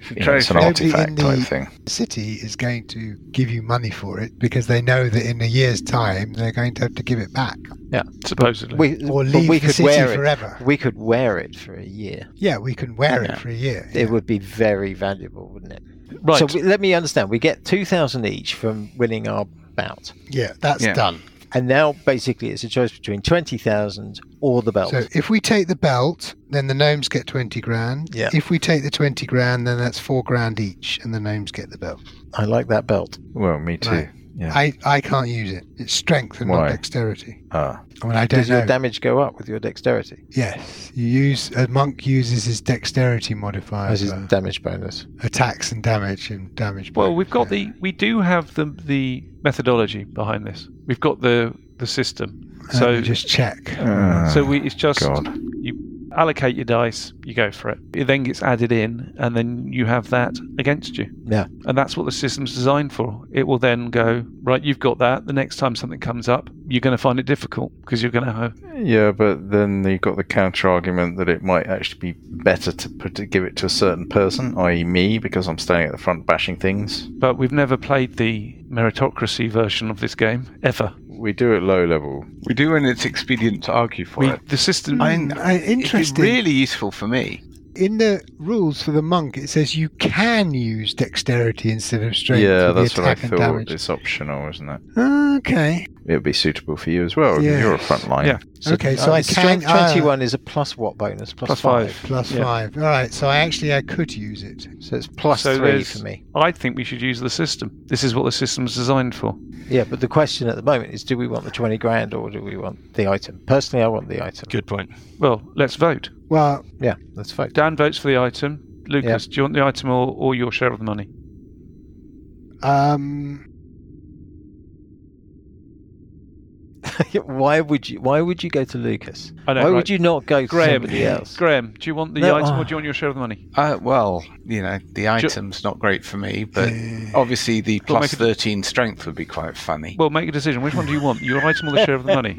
[SPEAKER 6] it's a
[SPEAKER 8] you know, it's an
[SPEAKER 3] Nobody
[SPEAKER 6] trophy.
[SPEAKER 3] in
[SPEAKER 8] artifact
[SPEAKER 3] the-
[SPEAKER 8] type thing.
[SPEAKER 3] city is going to give you money for it because they know that in a year's time they're going to have to give it back
[SPEAKER 5] yeah, supposedly.
[SPEAKER 2] We,
[SPEAKER 3] or
[SPEAKER 2] but
[SPEAKER 3] leave
[SPEAKER 2] we
[SPEAKER 3] the
[SPEAKER 2] could
[SPEAKER 3] city
[SPEAKER 2] wear it.
[SPEAKER 3] forever.
[SPEAKER 2] We could wear it for a year.
[SPEAKER 3] Yeah, we can wear
[SPEAKER 6] Yeah.
[SPEAKER 3] it for a year.
[SPEAKER 2] It would be very valuable, wouldn't it?
[SPEAKER 5] right.
[SPEAKER 2] So we, let me understand. We get two thousand each from winning our bout,
[SPEAKER 3] Yeah, that's
[SPEAKER 6] Yeah.
[SPEAKER 3] done.
[SPEAKER 2] and now basically it's a choice between twenty thousand or the belt.
[SPEAKER 3] So if we take the belt, then the gnomes get twenty grand.
[SPEAKER 2] Yeah.
[SPEAKER 3] If we take the twenty grand, then that's four grand each, and the gnomes get the belt.
[SPEAKER 2] I like that belt.
[SPEAKER 8] Well, me too.
[SPEAKER 3] Right.
[SPEAKER 8] Yeah.
[SPEAKER 3] I, I can't use it. It's strength and
[SPEAKER 8] Why?
[SPEAKER 3] not dexterity.
[SPEAKER 8] Ah.
[SPEAKER 3] I mean, I don't
[SPEAKER 2] Does
[SPEAKER 3] know.
[SPEAKER 2] your damage go up with your dexterity
[SPEAKER 3] yes, you use a monk uses his dexterity modifier
[SPEAKER 2] as his
[SPEAKER 3] for
[SPEAKER 2] damage bonus?
[SPEAKER 3] attacks and damage and damage.
[SPEAKER 5] well,
[SPEAKER 3] bonus,
[SPEAKER 5] we've got
[SPEAKER 3] yeah.
[SPEAKER 5] the. We do have the the methodology behind this. We've got the the system.
[SPEAKER 3] Let
[SPEAKER 5] So
[SPEAKER 3] me Um, just oh, check.
[SPEAKER 8] Ah,
[SPEAKER 5] Uh, so we it's just
[SPEAKER 8] God.
[SPEAKER 5] you allocate your dice, you go for it. It then gets added in, and then you have that against you.
[SPEAKER 2] Yeah.
[SPEAKER 5] And that's what the system's designed for. It will then go right. You've got that. The next time something comes up, you're going to find it difficult because you're going to have.
[SPEAKER 8] Yeah, but then you've got the counter argument that it might actually be better to put to give it to a certain person, i.e., me, because I'm standing at the front bashing things.
[SPEAKER 5] But we've never played the meritocracy version of this game ever.
[SPEAKER 8] We do it low level.
[SPEAKER 6] We do, and it's expedient to argue for
[SPEAKER 5] We,
[SPEAKER 6] it.
[SPEAKER 5] the system.
[SPEAKER 6] I'm-
[SPEAKER 3] Mm, I-
[SPEAKER 6] It's
[SPEAKER 3] interesting.
[SPEAKER 6] really useful for me.
[SPEAKER 3] In the rules for the monk, it says you can use dexterity instead of strength.
[SPEAKER 8] yeah,
[SPEAKER 3] for the
[SPEAKER 8] that's what I
[SPEAKER 3] attack and
[SPEAKER 8] thought.
[SPEAKER 3] damage.
[SPEAKER 8] It's optional, isn't it?
[SPEAKER 3] Okay.
[SPEAKER 8] It would be suitable for you as well. if
[SPEAKER 3] Yeah.
[SPEAKER 8] You're a frontline.
[SPEAKER 5] Yeah.
[SPEAKER 3] okay, so
[SPEAKER 2] Uh,
[SPEAKER 3] I can.
[SPEAKER 2] strength
[SPEAKER 3] ah,
[SPEAKER 2] twenty-one is a plus what bonus? Plus, plus
[SPEAKER 5] Plus five.
[SPEAKER 2] five.
[SPEAKER 3] plus
[SPEAKER 5] Yeah.
[SPEAKER 3] five. All right, so I actually I could use it.
[SPEAKER 2] So it's plus
[SPEAKER 5] So
[SPEAKER 2] three
[SPEAKER 5] there's-
[SPEAKER 2] for me.
[SPEAKER 5] I think we should use the system. This is what the system's designed for.
[SPEAKER 2] Yeah, but the question at the moment is do we want the 20 grand or do we want the item? Personally, I want the item.
[SPEAKER 4] Good point.
[SPEAKER 5] Well, let's vote.
[SPEAKER 3] Well,
[SPEAKER 2] Yeah, let's vote.
[SPEAKER 5] Dan votes for the item. Lucas, do you want the item or, or your share of the money?
[SPEAKER 3] um,
[SPEAKER 2] why would you why would you go to Lucas?
[SPEAKER 5] I know.
[SPEAKER 2] why
[SPEAKER 5] right.
[SPEAKER 2] would you not go to
[SPEAKER 5] Graham,
[SPEAKER 2] somebody else?
[SPEAKER 5] Graham, do you want the
[SPEAKER 2] No,
[SPEAKER 5] item or
[SPEAKER 2] ah.
[SPEAKER 5] do you want your share of the money?
[SPEAKER 6] Uh, well, you know, the item's not great for me, but obviously the
[SPEAKER 5] Well, make
[SPEAKER 6] plus
[SPEAKER 5] it-
[SPEAKER 6] 13 strength would be quite funny.
[SPEAKER 5] Well, make a decision. Which one do you want? Your item or the share of the money?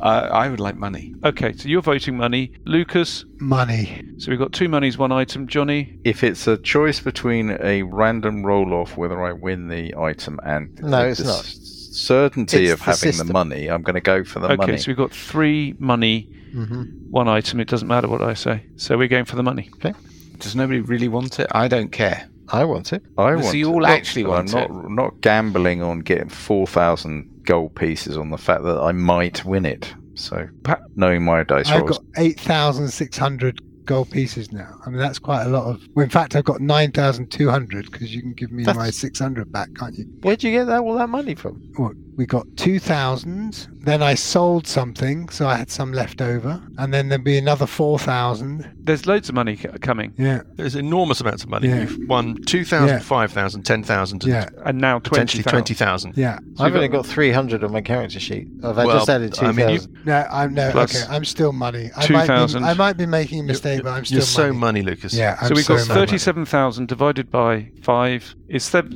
[SPEAKER 6] Uh, I would like money.
[SPEAKER 5] Okay, so you're voting money. Lucas,
[SPEAKER 3] Money.
[SPEAKER 5] so we've got two monies, one item. Johnny,
[SPEAKER 8] If it's a choice between a random roll off, whether I win the item and
[SPEAKER 2] No,
[SPEAKER 8] the
[SPEAKER 2] it's
[SPEAKER 8] s-
[SPEAKER 2] not.
[SPEAKER 8] certainty
[SPEAKER 2] It's
[SPEAKER 8] of
[SPEAKER 2] the
[SPEAKER 8] having
[SPEAKER 2] system.
[SPEAKER 8] the money, I'm going to go for the
[SPEAKER 5] okay,
[SPEAKER 8] money.
[SPEAKER 5] so we've got three money,
[SPEAKER 3] Mm-hmm.
[SPEAKER 5] one item. It doesn't matter what I say. So we're going for the money.
[SPEAKER 6] Does nobody really want it? I don't care.
[SPEAKER 2] I want it.
[SPEAKER 8] I
[SPEAKER 6] so
[SPEAKER 8] want
[SPEAKER 6] you
[SPEAKER 8] it,
[SPEAKER 6] all
[SPEAKER 8] but
[SPEAKER 6] actually want
[SPEAKER 8] I'm not not gambling on getting four thousand gold pieces on the fact that I might win it. So
[SPEAKER 5] Pa-
[SPEAKER 8] knowing my dice
[SPEAKER 3] I've
[SPEAKER 8] rolls,
[SPEAKER 3] got 8,600 gold pieces now. I mean, that's quite a lot of. Well, in fact, I've got 9,200 because you can give me
[SPEAKER 2] That's-
[SPEAKER 3] my 600 back, can't you?
[SPEAKER 2] Where'd you get that all that money from?
[SPEAKER 3] Well, we got 2,000. Then I sold something, so I had some left over. And then there'd be another 4,000.
[SPEAKER 5] There's loads of money c- coming,
[SPEAKER 3] Yeah,
[SPEAKER 4] There's enormous amounts of money.
[SPEAKER 3] Yeah.
[SPEAKER 4] You've won 2,000,
[SPEAKER 3] Yeah.
[SPEAKER 4] 5,000, 10,000, and
[SPEAKER 3] yeah,
[SPEAKER 5] and now
[SPEAKER 4] potentially
[SPEAKER 5] 20,000.
[SPEAKER 4] 20,000.
[SPEAKER 3] yeah.
[SPEAKER 2] I've only got three hundred on my character sheet. I've
[SPEAKER 4] Well,
[SPEAKER 2] just added two
[SPEAKER 4] I mean, you-
[SPEAKER 2] thousand.
[SPEAKER 3] No, I'm no.
[SPEAKER 5] Plus
[SPEAKER 3] okay, I'm still money. I might, be,
[SPEAKER 5] 2,000.
[SPEAKER 3] I might be making a mistake,
[SPEAKER 4] You're-
[SPEAKER 3] but I'm still
[SPEAKER 4] You're so
[SPEAKER 3] money.
[SPEAKER 4] money, Lucas.
[SPEAKER 3] Yeah, I'm
[SPEAKER 5] So we've
[SPEAKER 3] so
[SPEAKER 5] got
[SPEAKER 3] money.
[SPEAKER 5] 37,000 divided by 5 is sev-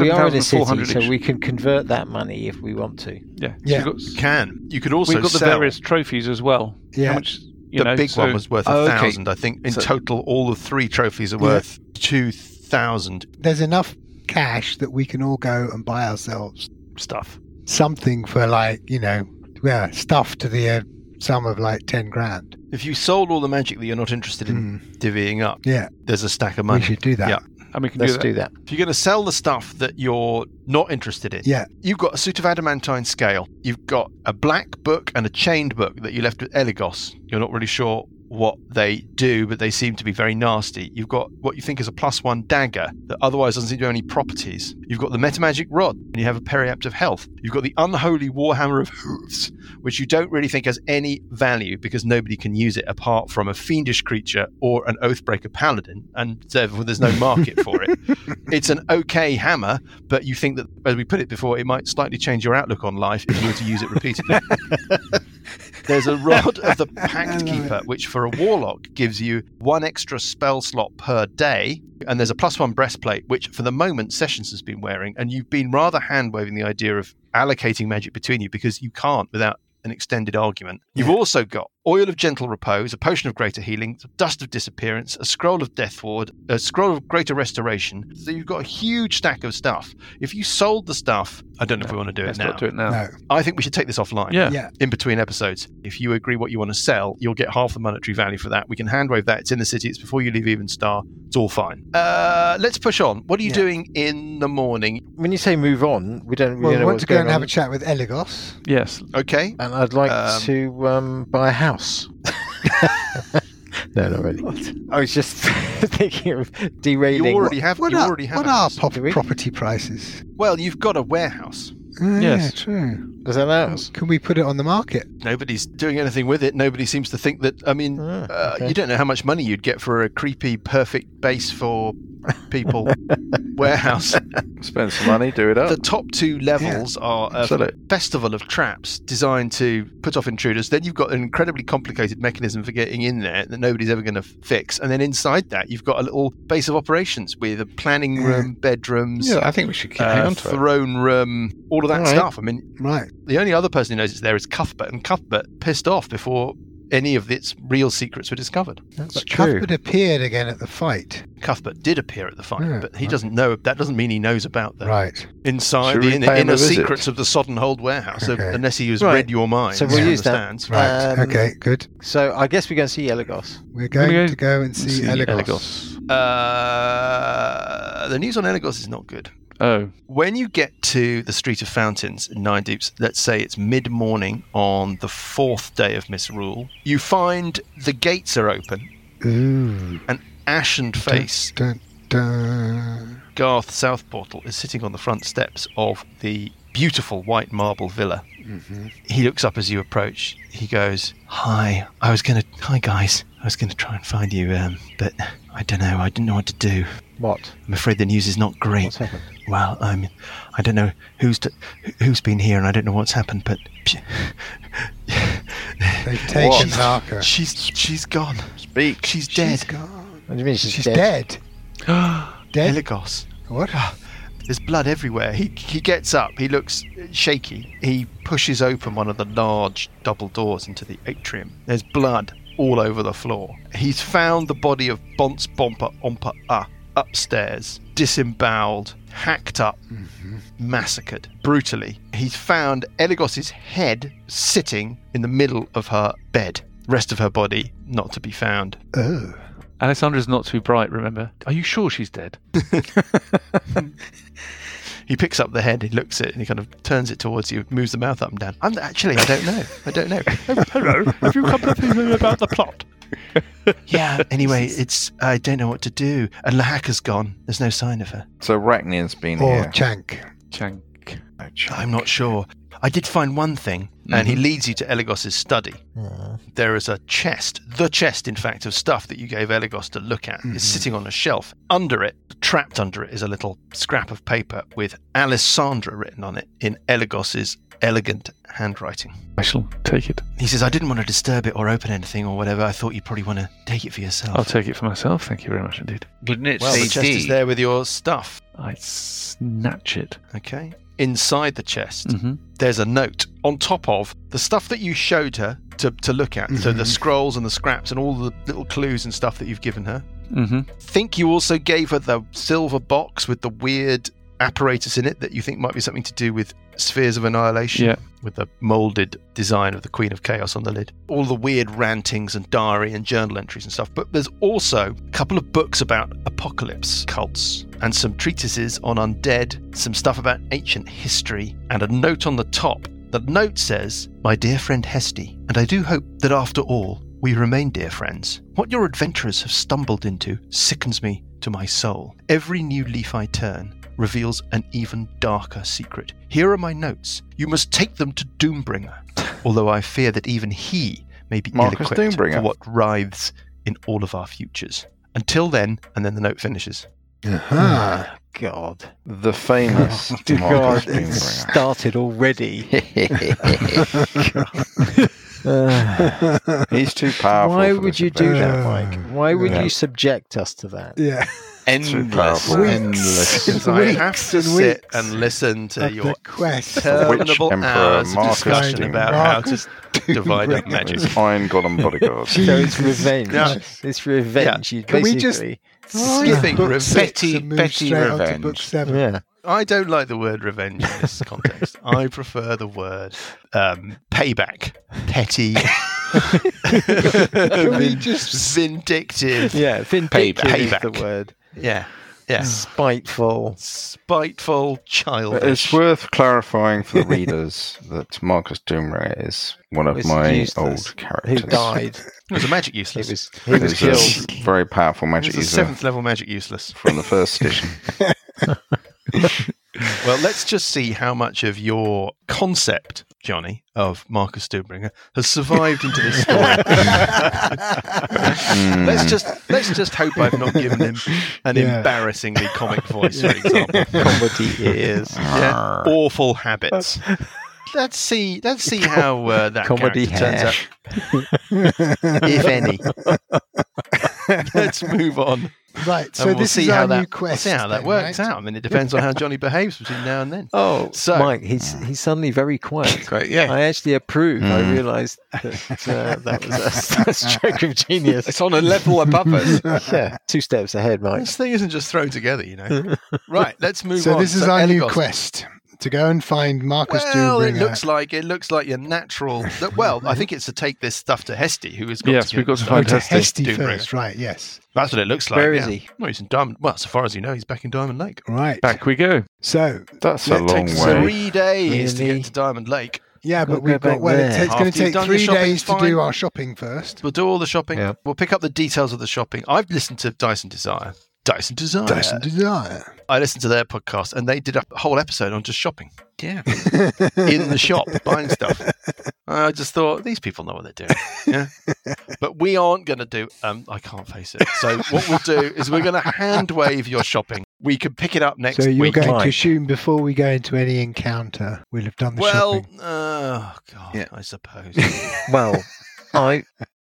[SPEAKER 2] we are in a city,
[SPEAKER 5] 7,400
[SPEAKER 2] so
[SPEAKER 5] each.
[SPEAKER 2] we can convert that money if we want to.
[SPEAKER 5] yeah.
[SPEAKER 3] Yeah.
[SPEAKER 5] So we've got,
[SPEAKER 4] Can. You could also
[SPEAKER 5] we've got the
[SPEAKER 4] sell.
[SPEAKER 5] various trophies as well.
[SPEAKER 3] Yeah.
[SPEAKER 5] How much, you
[SPEAKER 4] the
[SPEAKER 5] know,
[SPEAKER 4] big
[SPEAKER 5] so-
[SPEAKER 4] one was worth a
[SPEAKER 6] Oh, okay.
[SPEAKER 4] thousand, I think. In
[SPEAKER 6] So-
[SPEAKER 4] total, all the three trophies are
[SPEAKER 3] Yeah.
[SPEAKER 4] worth two thousand
[SPEAKER 3] There's enough cash that we can all go and buy ourselves
[SPEAKER 4] stuff.
[SPEAKER 3] something for like you know, yeah, stuff to the uh, sum of like ten grand.
[SPEAKER 4] If you sold all the magic that you're not interested in divvying up,
[SPEAKER 3] Hmm. Yeah,
[SPEAKER 4] there's a stack of
[SPEAKER 3] we
[SPEAKER 4] money.
[SPEAKER 3] should do that.
[SPEAKER 4] Yeah.
[SPEAKER 5] And we can
[SPEAKER 2] Let's
[SPEAKER 5] do that.
[SPEAKER 2] do that.
[SPEAKER 4] If you're going to sell the stuff that you're not interested in,
[SPEAKER 3] Yeah.
[SPEAKER 4] you've got a suit of adamantine scale, you've got a black book and a chained book that you left with Eligos. You're not really sure what they do, but they seem to be very nasty. You've got what you think is a plus one dagger that otherwise doesn't seem to have any properties. You've got the metamagic rod, and you have a periapt of health. You've got the unholy warhammer of hooves, which you don't really think has any value because nobody can use it apart from a fiendish creature or an oathbreaker paladin, and therefore there's no market for it. it's an okay hammer, but you think that, as we put it before, it might slightly change your outlook on life if you were to use it repeatedly. There's a rod of the Pact Keeper, which for a warlock gives you one extra spell slot per day. And there's a plus one breastplate, which for the moment Sessions has been wearing. And you've been rather hand waving the idea of allocating magic between you because you can't without an extended argument. You've also got oil of gentle repose, a potion of greater healing, the dust of disappearance, a scroll of death ward, a scroll of greater restoration. So you've got a huge stack of stuff. If you sold the stuff, I don't know if we want to do it
[SPEAKER 5] Let's
[SPEAKER 4] now.
[SPEAKER 5] not do it now.
[SPEAKER 3] No.
[SPEAKER 4] I think we should take this offline
[SPEAKER 5] Yeah.
[SPEAKER 3] Yeah.
[SPEAKER 4] in between episodes. If you agree what you want to sell, you'll get half the monetary value for that. We can hand wave that. It's in the city. It's before you leave Evenstar. It's all fine. Uh, let's push on. What are you
[SPEAKER 3] Yeah.
[SPEAKER 4] doing in the morning?
[SPEAKER 2] When you say move on, we don't. We don't
[SPEAKER 3] Well, we
[SPEAKER 2] know
[SPEAKER 3] want
[SPEAKER 2] what's
[SPEAKER 3] to go
[SPEAKER 2] going
[SPEAKER 3] and have
[SPEAKER 2] on.
[SPEAKER 3] a chat with Eligos.
[SPEAKER 5] Yes.
[SPEAKER 4] Okay.
[SPEAKER 2] and I'd like
[SPEAKER 4] Um,
[SPEAKER 2] to um, buy a house. no, not really. I was just thinking of derailing.
[SPEAKER 4] You already have.
[SPEAKER 3] What
[SPEAKER 4] you
[SPEAKER 3] are,
[SPEAKER 4] already have.
[SPEAKER 3] what
[SPEAKER 4] a
[SPEAKER 3] are
[SPEAKER 4] house.
[SPEAKER 3] pop-
[SPEAKER 2] Do we?
[SPEAKER 3] property prices?
[SPEAKER 4] Well, you've got a warehouse.
[SPEAKER 3] Uh,
[SPEAKER 5] Yes.
[SPEAKER 3] Yeah, true.
[SPEAKER 2] Is that a house?
[SPEAKER 3] Can we put it on the market?
[SPEAKER 4] Nobody's doing anything with it. Nobody seems to think that. I
[SPEAKER 6] Mm.
[SPEAKER 4] mean,
[SPEAKER 2] Ah,
[SPEAKER 4] uh,
[SPEAKER 2] okay.
[SPEAKER 4] you don't know how much money you'd get for a creepy, perfect base for people warehouse.
[SPEAKER 8] spend some money, do it
[SPEAKER 6] Oh.
[SPEAKER 8] up.
[SPEAKER 4] The top two levels are a
[SPEAKER 8] Sell it.
[SPEAKER 4] festival of traps designed to put off intruders. Then you've got an incredibly complicated mechanism for getting in there that nobody's ever going to fix. And then inside that, you've got a little base of operations with a planning
[SPEAKER 3] Yeah.
[SPEAKER 4] room, bedrooms,
[SPEAKER 6] Yeah, I think we should keep hang
[SPEAKER 4] uh,
[SPEAKER 6] on to it.
[SPEAKER 4] throne room, all of that
[SPEAKER 2] All right.
[SPEAKER 4] stuff. I mean,
[SPEAKER 3] Right.
[SPEAKER 4] the only other person who knows it's there is Cuthbert, and Cuthbert pissed off before any of its real secrets were discovered.
[SPEAKER 2] That's
[SPEAKER 3] But
[SPEAKER 2] true.
[SPEAKER 3] Cuthbert appeared again at the fight.
[SPEAKER 4] Cuthbert did appear at the fight,
[SPEAKER 3] Yeah,
[SPEAKER 4] but he
[SPEAKER 3] right.
[SPEAKER 4] doesn't know. That doesn't mean he knows about the
[SPEAKER 3] Right.
[SPEAKER 4] inside
[SPEAKER 8] Should
[SPEAKER 4] the
[SPEAKER 8] we
[SPEAKER 4] inner,
[SPEAKER 8] pay him
[SPEAKER 4] inner
[SPEAKER 8] a visit?
[SPEAKER 4] secrets of the sodden hold warehouse so-
[SPEAKER 3] Okay.
[SPEAKER 4] unless he has
[SPEAKER 2] Right.
[SPEAKER 4] read your mind
[SPEAKER 2] So we'll
[SPEAKER 4] and
[SPEAKER 2] use that.
[SPEAKER 4] understands.
[SPEAKER 3] Right.
[SPEAKER 2] Um,
[SPEAKER 3] okay. Good.
[SPEAKER 2] So I guess we go and see Elagos.
[SPEAKER 3] We're going
[SPEAKER 5] we go-
[SPEAKER 3] to go and see, Hmm.
[SPEAKER 6] see
[SPEAKER 3] Eligos.
[SPEAKER 5] Eligos.
[SPEAKER 4] Uh, the news on Elagos is not good
[SPEAKER 5] Oh.
[SPEAKER 4] when you get to the Street of Fountains in Nine Deeps, let's say it's mid morning on the fourth day of Misrule, you find the gates are open.
[SPEAKER 3] Ooh.
[SPEAKER 4] An ashen face,
[SPEAKER 3] Dun, dun.
[SPEAKER 4] Garth South Portal, is sitting on the front steps of the beautiful white marble villa.
[SPEAKER 2] Mm-hmm.
[SPEAKER 4] He looks up as you approach. He goes, Hi, I was going to. Hi, guys. I was going to try and find you, um, but I don't know. I didn't know what to do.
[SPEAKER 2] What?
[SPEAKER 4] I'm afraid the news is not great.
[SPEAKER 2] What's happened?
[SPEAKER 4] Well, I mean, I don't know who's to, who's been here, and I don't know what's happened, but she,
[SPEAKER 3] They've taken Narka.
[SPEAKER 4] she's she's gone.
[SPEAKER 8] Speak.
[SPEAKER 4] She's
[SPEAKER 3] She's
[SPEAKER 4] dead.
[SPEAKER 3] gone.
[SPEAKER 2] What do you mean she's,
[SPEAKER 3] She's dead. Dead.
[SPEAKER 4] Eligos.
[SPEAKER 3] What?
[SPEAKER 4] Ah, There's blood everywhere. He, he gets up. He looks shaky. He pushes open one of the large double doors into the atrium. There's blood all over the floor. He's found the body of Bonce Bomper Ompa Ah upstairs, disemboweled, hacked up, massacred brutally. He's found Eligos's head sitting in the middle of her bed. Rest of her body not to be found.
[SPEAKER 3] Oh.
[SPEAKER 5] Alessandra's not too bright, remember? Are you sure she's dead?
[SPEAKER 4] He picks up the head, he looks at it, and he kind of turns it towards you, moves the mouth up and down. I'm actually, I don't know. I don't know. Oh, hello. Have you come to me about the plot? yeah. Anyway, it's I don't know what to do. And Lahaka's gone. There's no sign of her.
[SPEAKER 8] So Ragnian's been
[SPEAKER 3] Or
[SPEAKER 8] here.
[SPEAKER 3] Chank.
[SPEAKER 5] Chank.
[SPEAKER 8] No chance.
[SPEAKER 4] I'm not sure. I did find one thing, and he leads you to Eligos's study. There is a chest, the chest, in fact, of stuff that you gave Eligos to look at. It's sitting on a shelf. Under it, trapped under it, is a little scrap of paper with Alessandra written on it in Eligos's elegant handwriting.
[SPEAKER 5] I shall take it.
[SPEAKER 4] He says, I didn't want to disturb it or open anything or whatever. I thought you'd probably want to take it for yourself.
[SPEAKER 5] I'll take it for myself. Thank you very much indeed.
[SPEAKER 6] Wouldn't it
[SPEAKER 4] well,
[SPEAKER 6] say
[SPEAKER 4] the chest
[SPEAKER 6] D?
[SPEAKER 4] is there with your stuff.
[SPEAKER 5] I snatch it.
[SPEAKER 4] Okay. Inside the chest,
[SPEAKER 5] Mm-hmm.
[SPEAKER 4] there's a note on top of the stuff that you showed her to, to look at. So
[SPEAKER 5] Mm-hmm.
[SPEAKER 4] the scrolls and the scraps and all the little clues and stuff that you've given her.
[SPEAKER 5] Mm-hmm.
[SPEAKER 4] Think you also gave her the silver box with the weird apparatus in it that you think might be something to do with spheres of annihilation
[SPEAKER 5] Yeah.
[SPEAKER 4] with the molded design of the Queen of Chaos on the lid. All the weird rantings and diary and journal entries and stuff. But there's also a couple of books about apocalypse cults and some treatises on undead, some stuff about ancient history, and a note on the top. The note says, My dear friend Hesty, and I do hope that after all, we remain dear friends. What your adventurers have stumbled into sickens me to my soul. Every new leaf I turn, reveals an even darker secret. Here are my notes. You must take them to Doombringer, although I fear that even he may be
[SPEAKER 8] Marcus
[SPEAKER 4] ill-equipped
[SPEAKER 8] Doombringer.
[SPEAKER 4] for what writhes in all of our futures. Until then, and then the note finishes. Ah,
[SPEAKER 3] Uh-huh.
[SPEAKER 2] God.
[SPEAKER 8] The famous
[SPEAKER 2] Dear
[SPEAKER 8] Marcus
[SPEAKER 2] God, it
[SPEAKER 8] Doombringer.
[SPEAKER 2] started already.
[SPEAKER 8] He's too powerful.
[SPEAKER 2] Ah. Why
[SPEAKER 8] for
[SPEAKER 2] would
[SPEAKER 8] this
[SPEAKER 2] you do
[SPEAKER 8] adventure.
[SPEAKER 2] that, Mike? Why would
[SPEAKER 8] Yeah.
[SPEAKER 2] you subject us to that?
[SPEAKER 3] yeah.
[SPEAKER 6] Endless.
[SPEAKER 8] powerful.
[SPEAKER 6] Endless.
[SPEAKER 3] Weeks.
[SPEAKER 4] I have to
[SPEAKER 3] and
[SPEAKER 4] sit
[SPEAKER 3] weeks
[SPEAKER 4] and listen to
[SPEAKER 3] of
[SPEAKER 4] your
[SPEAKER 3] the quest.
[SPEAKER 4] interminable
[SPEAKER 8] Emperor
[SPEAKER 4] hours of
[SPEAKER 8] Marcus
[SPEAKER 4] discussion
[SPEAKER 8] Doombringer.
[SPEAKER 4] about how
[SPEAKER 3] Marcus
[SPEAKER 4] to divide up
[SPEAKER 3] Doombringer.
[SPEAKER 4] magic.
[SPEAKER 8] It's Iron Golem bodyguard.
[SPEAKER 2] So it's revenge.
[SPEAKER 4] Yeah.
[SPEAKER 2] It's revenge. You
[SPEAKER 3] Can we just- Oh.
[SPEAKER 2] basically.
[SPEAKER 4] I think
[SPEAKER 3] book
[SPEAKER 4] revenge-
[SPEAKER 3] six
[SPEAKER 6] Petty-
[SPEAKER 3] and move
[SPEAKER 6] petty
[SPEAKER 3] straight on to
[SPEAKER 6] revenge.
[SPEAKER 3] book seven.
[SPEAKER 2] Yeah.
[SPEAKER 4] I don't like the word revenge in this context. I prefer the word um, payback, petty,
[SPEAKER 3] Can we just
[SPEAKER 4] vindictive.
[SPEAKER 2] Yeah. Vindictive is
[SPEAKER 4] Payback.
[SPEAKER 2] the word.
[SPEAKER 4] Yeah, yeah.
[SPEAKER 2] Spiteful.
[SPEAKER 4] Spiteful,
[SPEAKER 8] But It's
[SPEAKER 4] childish.
[SPEAKER 8] worth clarifying for the readers that Marcus Doombringer is one of
[SPEAKER 2] It's
[SPEAKER 8] my
[SPEAKER 2] useless.
[SPEAKER 8] old
[SPEAKER 2] Who
[SPEAKER 8] characters.
[SPEAKER 2] died?
[SPEAKER 4] It was a magic
[SPEAKER 2] He
[SPEAKER 4] useless.
[SPEAKER 2] was. He
[SPEAKER 8] He
[SPEAKER 2] was
[SPEAKER 8] was a
[SPEAKER 2] killed.
[SPEAKER 8] very powerful
[SPEAKER 4] It
[SPEAKER 8] magic
[SPEAKER 4] was a
[SPEAKER 8] user
[SPEAKER 4] seventh level magic useless.
[SPEAKER 8] from the first edition.
[SPEAKER 4] Well, let's just see how much of your concept, Johnny, of Marcus Doombringer has survived into this story. let's just let's just hope I've not given him an
[SPEAKER 3] Yeah.
[SPEAKER 4] embarrassingly comic voice, for example.
[SPEAKER 2] Comedy ears.
[SPEAKER 4] yeah, awful habits. Let's see. Let's see how uh, that
[SPEAKER 2] Comedy
[SPEAKER 4] character turns out,
[SPEAKER 2] hash.
[SPEAKER 4] if any. let's move on.
[SPEAKER 3] right. So
[SPEAKER 4] and we'll
[SPEAKER 3] this
[SPEAKER 4] see
[SPEAKER 3] is
[SPEAKER 4] how
[SPEAKER 3] our
[SPEAKER 4] that
[SPEAKER 3] new quest.
[SPEAKER 4] We'll see how that
[SPEAKER 3] then,
[SPEAKER 4] works
[SPEAKER 3] right?
[SPEAKER 4] out. I mean, it depends on how Johnny behaves between now and then.
[SPEAKER 2] Oh,
[SPEAKER 4] So-
[SPEAKER 2] Mike,
[SPEAKER 6] uh,
[SPEAKER 2] he's he's suddenly very quiet.
[SPEAKER 6] Quite, yeah.
[SPEAKER 2] I actually approve.
[SPEAKER 6] Hmm.
[SPEAKER 2] I
[SPEAKER 8] Mm.
[SPEAKER 2] realised that uh, that was a, a stroke of genius.
[SPEAKER 6] It's on a level above us.
[SPEAKER 2] Yeah, two steps ahead, Mike.
[SPEAKER 4] This thing isn't just thrown together, you know. right, let's move
[SPEAKER 3] So
[SPEAKER 4] on.
[SPEAKER 3] this is our new
[SPEAKER 4] Elagos.
[SPEAKER 3] quest to go and find Marcus
[SPEAKER 4] Well, it
[SPEAKER 3] Doombringer.
[SPEAKER 4] looks like it looks like your natural. that- Well, I think it's to take this stuff to Hesty, who has got.
[SPEAKER 5] Yes,
[SPEAKER 4] to
[SPEAKER 5] we've
[SPEAKER 4] get
[SPEAKER 5] got to
[SPEAKER 4] the
[SPEAKER 5] find
[SPEAKER 3] to
[SPEAKER 4] stuff
[SPEAKER 3] Hesty
[SPEAKER 4] Doombringer.
[SPEAKER 3] first, right? Yes.
[SPEAKER 4] That's what it looks like.
[SPEAKER 2] Where
[SPEAKER 4] yeah.
[SPEAKER 2] is he?
[SPEAKER 4] Well, he's in Diamond. Well, so far as you know, he's back in Diamond Lake.
[SPEAKER 3] Right.
[SPEAKER 5] Back we go.
[SPEAKER 3] So
[SPEAKER 8] That's a
[SPEAKER 3] That
[SPEAKER 8] long
[SPEAKER 3] takes
[SPEAKER 8] way.
[SPEAKER 4] Three days to
[SPEAKER 2] Really?
[SPEAKER 4] get to Diamond Lake.
[SPEAKER 3] yeah,
[SPEAKER 2] Gotta
[SPEAKER 3] but we've
[SPEAKER 2] go
[SPEAKER 3] got
[SPEAKER 2] back
[SPEAKER 3] well,
[SPEAKER 2] there.
[SPEAKER 3] it's, it's
[SPEAKER 4] After
[SPEAKER 3] going
[SPEAKER 4] you've
[SPEAKER 3] to take
[SPEAKER 4] done your
[SPEAKER 3] three
[SPEAKER 4] shopping,
[SPEAKER 3] days to
[SPEAKER 4] fine.
[SPEAKER 3] do our shopping first.
[SPEAKER 4] We'll do all the shopping.
[SPEAKER 2] Yeah.
[SPEAKER 4] We'll pick up the details of the shopping. I've listened to Dyson Desire. Dyson Desire.
[SPEAKER 3] Dyson Desire.
[SPEAKER 4] I listened to their podcast, and they did a whole episode on just shopping
[SPEAKER 6] Yeah.
[SPEAKER 4] in the shop, buying stuff. I just thought these people know what they're doing. Yeah, but we aren't going to do. Um, I can't face it. So what we'll do is we're going to hand wave your shopping. We can pick it up next
[SPEAKER 3] So you're
[SPEAKER 4] week.
[SPEAKER 3] going
[SPEAKER 2] Mike.
[SPEAKER 3] to assume before we go into any encounter, we'll have done the
[SPEAKER 4] well,
[SPEAKER 3] shopping.
[SPEAKER 4] oh god,
[SPEAKER 6] Yeah.
[SPEAKER 4] I suppose.
[SPEAKER 2] Well, I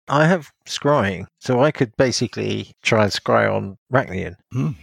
[SPEAKER 2] I have scrying, so I could basically try and scry on Ragnian.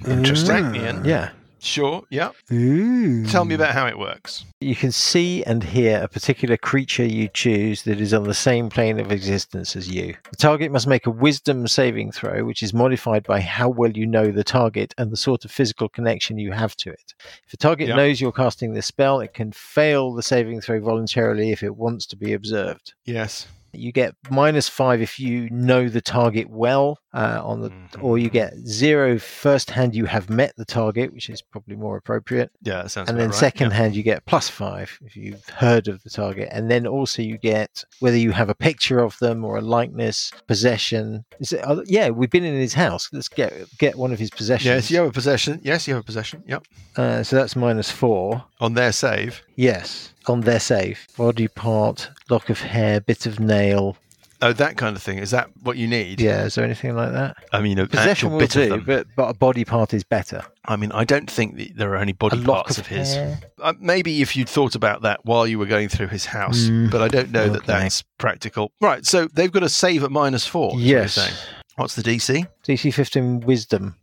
[SPEAKER 3] Interesting.
[SPEAKER 4] Ragnian?
[SPEAKER 2] Yeah,
[SPEAKER 4] Sure. Yeah.
[SPEAKER 3] Ooh.
[SPEAKER 4] Tell me about how it works.
[SPEAKER 2] You can see and hear a particular creature you choose that is on the same plane of existence as you. The target must make a wisdom saving throw, which is modified by how well you know the target and the sort of physical connection you have to it. If the target
[SPEAKER 4] Yeah.
[SPEAKER 2] knows you're casting this spell, it can fail the saving throw voluntarily if it wants to be observed.
[SPEAKER 4] Yes.
[SPEAKER 2] You get minus five if you know the target well, uh, on the,
[SPEAKER 4] Mhm.
[SPEAKER 2] or you get zero first hand you have met the target, which is probably more appropriate
[SPEAKER 4] Yeah, that sounds
[SPEAKER 2] and
[SPEAKER 4] about
[SPEAKER 2] then
[SPEAKER 4] right.
[SPEAKER 2] second hand you get plus five if you've heard of the target and then also you get whether you have a picture of them or a likeness possession is it, oh, yeah we've been in his house let's get get one of his
[SPEAKER 4] Yeah.
[SPEAKER 2] possessions
[SPEAKER 4] Yes, you have a possession. Yes, you have a possession. Yep.
[SPEAKER 2] uh, so that's minus four
[SPEAKER 4] On their save.
[SPEAKER 2] yes on their save body part lock of hair bit of nail
[SPEAKER 4] Oh, that kind of thing. Is that what you need?
[SPEAKER 2] yeah is there anything like that
[SPEAKER 4] I mean, a
[SPEAKER 2] possession
[SPEAKER 4] actual
[SPEAKER 2] will
[SPEAKER 4] bit of
[SPEAKER 2] do
[SPEAKER 4] them.
[SPEAKER 2] but, but a body part is better
[SPEAKER 4] I mean, I don't think that there are any
[SPEAKER 2] a
[SPEAKER 4] body
[SPEAKER 2] lock
[SPEAKER 4] parts of, his.
[SPEAKER 2] hair.
[SPEAKER 4] Uh, maybe if you'd thought about that while you were going through his house,
[SPEAKER 3] Mm.
[SPEAKER 4] but I don't know that
[SPEAKER 2] Okay.
[SPEAKER 4] that's practical. Right. So they've got to save at minus four. is what you're saying.
[SPEAKER 2] yes
[SPEAKER 4] What's the DC?
[SPEAKER 2] dc 15 wisdom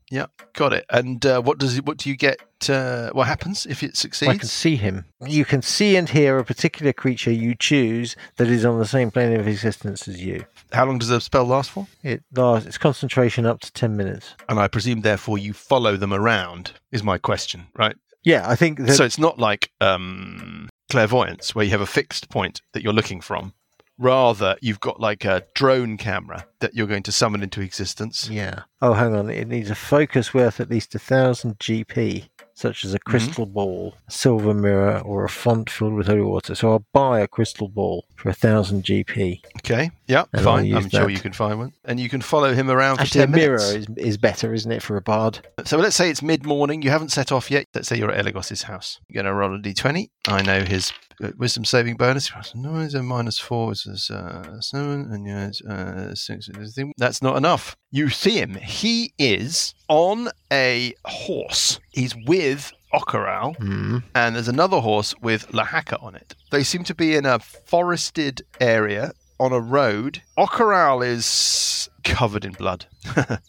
[SPEAKER 4] Got it. And uh, what does it, what do you get? Uh, what happens if it
[SPEAKER 2] I can
[SPEAKER 4] succeeds?
[SPEAKER 2] see him. You can see and hear a particular creature you choose that is on the same plane of existence as you.
[SPEAKER 4] How long does the spell last for?
[SPEAKER 2] It lasts its concentration up to ten minutes.
[SPEAKER 4] And I presume, therefore, you follow them around. Is my question right?
[SPEAKER 2] Yeah, I think that
[SPEAKER 4] so it's not like um, clairvoyance where you have a fixed point that you're looking from. Rather, you've got like a drone camera that you're going to summon into existence.
[SPEAKER 2] Yeah. Oh, hang on. It needs a focus worth at least a thousand GP, such as a crystal ball, a silver mirror, or a font filled with holy water. So I'll buy a crystal ball for a thousand GP.
[SPEAKER 4] Okay. Yeah.
[SPEAKER 2] And I'll
[SPEAKER 4] fine.
[SPEAKER 2] use
[SPEAKER 4] I'm sure
[SPEAKER 2] that.
[SPEAKER 4] you can find one, and you can follow him around for
[SPEAKER 2] Actually, a
[SPEAKER 4] ten
[SPEAKER 2] mirror
[SPEAKER 4] minutes.
[SPEAKER 2] is, is better, isn't it, for a bard?
[SPEAKER 4] So let's say it's mid morning. You haven't set off yet. Let's say you're at Elagos's house. You're going to roll a d20. I know his uh, wisdom saving bonus. No, it's a minus four. It's a uh, seven. And yeah, it's, uh, six. it's a thing. That's not enough. You see him. He is on a horse. He's with Okaral
[SPEAKER 2] Hmm.
[SPEAKER 4] and there's another horse with Lahaka on it. They seem to be in a forested area on a road. Okaral is covered in blood.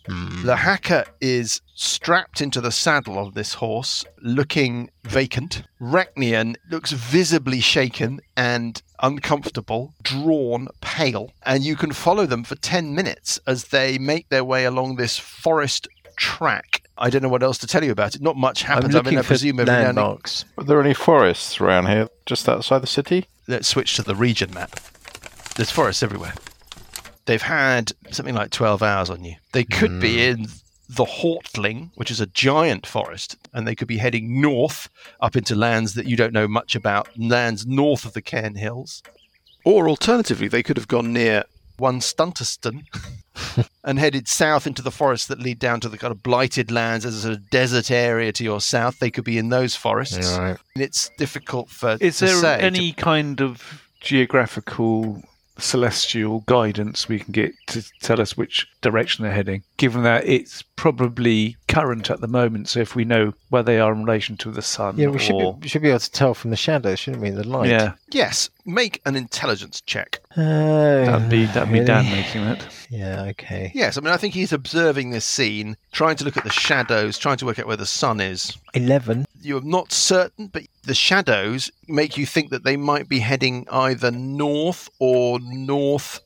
[SPEAKER 4] Lahaka is strapped into the saddle of this horse, looking vacant. Rachnian looks visibly shaken and uncomfortable, drawn, pale, and you can follow them for 10 minutes as they make their way along this forest track. I don't know what else to tell you about it. Not much happens. I mean, I presume every now and then
[SPEAKER 2] landmarks.
[SPEAKER 8] Are there any forests around here, just outside the city?
[SPEAKER 4] let's switch to the region map. There's forests everywhere. They've had something like 12 hours on you. They could be in the Hortling, which is a giant forest, and they could be heading north up into lands that you don't know much about, lands north of the Cairn Hills. Or alternatively, they could have gone near one Stunterston and headed south into the forests that lead down to the kind of blighted lands as a sort of desert area to your south. They could be in those forests.
[SPEAKER 2] All right.
[SPEAKER 4] And it's difficult for
[SPEAKER 5] Is
[SPEAKER 4] to
[SPEAKER 5] there
[SPEAKER 4] say to-
[SPEAKER 5] any kind of geographical celestial guidance we can get to tell us which direction they're heading? Given that it's probably current at the moment, so if we know where they are in relation to the sun,
[SPEAKER 2] Yeah, we should, be,
[SPEAKER 5] or-
[SPEAKER 2] we should be able to tell from the shadows, shouldn't we? The light.
[SPEAKER 5] yeah,
[SPEAKER 4] Yes, make an intelligence check.
[SPEAKER 2] Oh,
[SPEAKER 5] that'd be that'd be Dan
[SPEAKER 2] really?
[SPEAKER 5] making that.
[SPEAKER 2] Yeah, okay.
[SPEAKER 4] Yes, I mean, I think he's observing this scene, trying to look at the shadows, trying to work out where the sun is.
[SPEAKER 2] 11.
[SPEAKER 4] You're not certain, but the shadows make you think that they might be heading either north or northeast.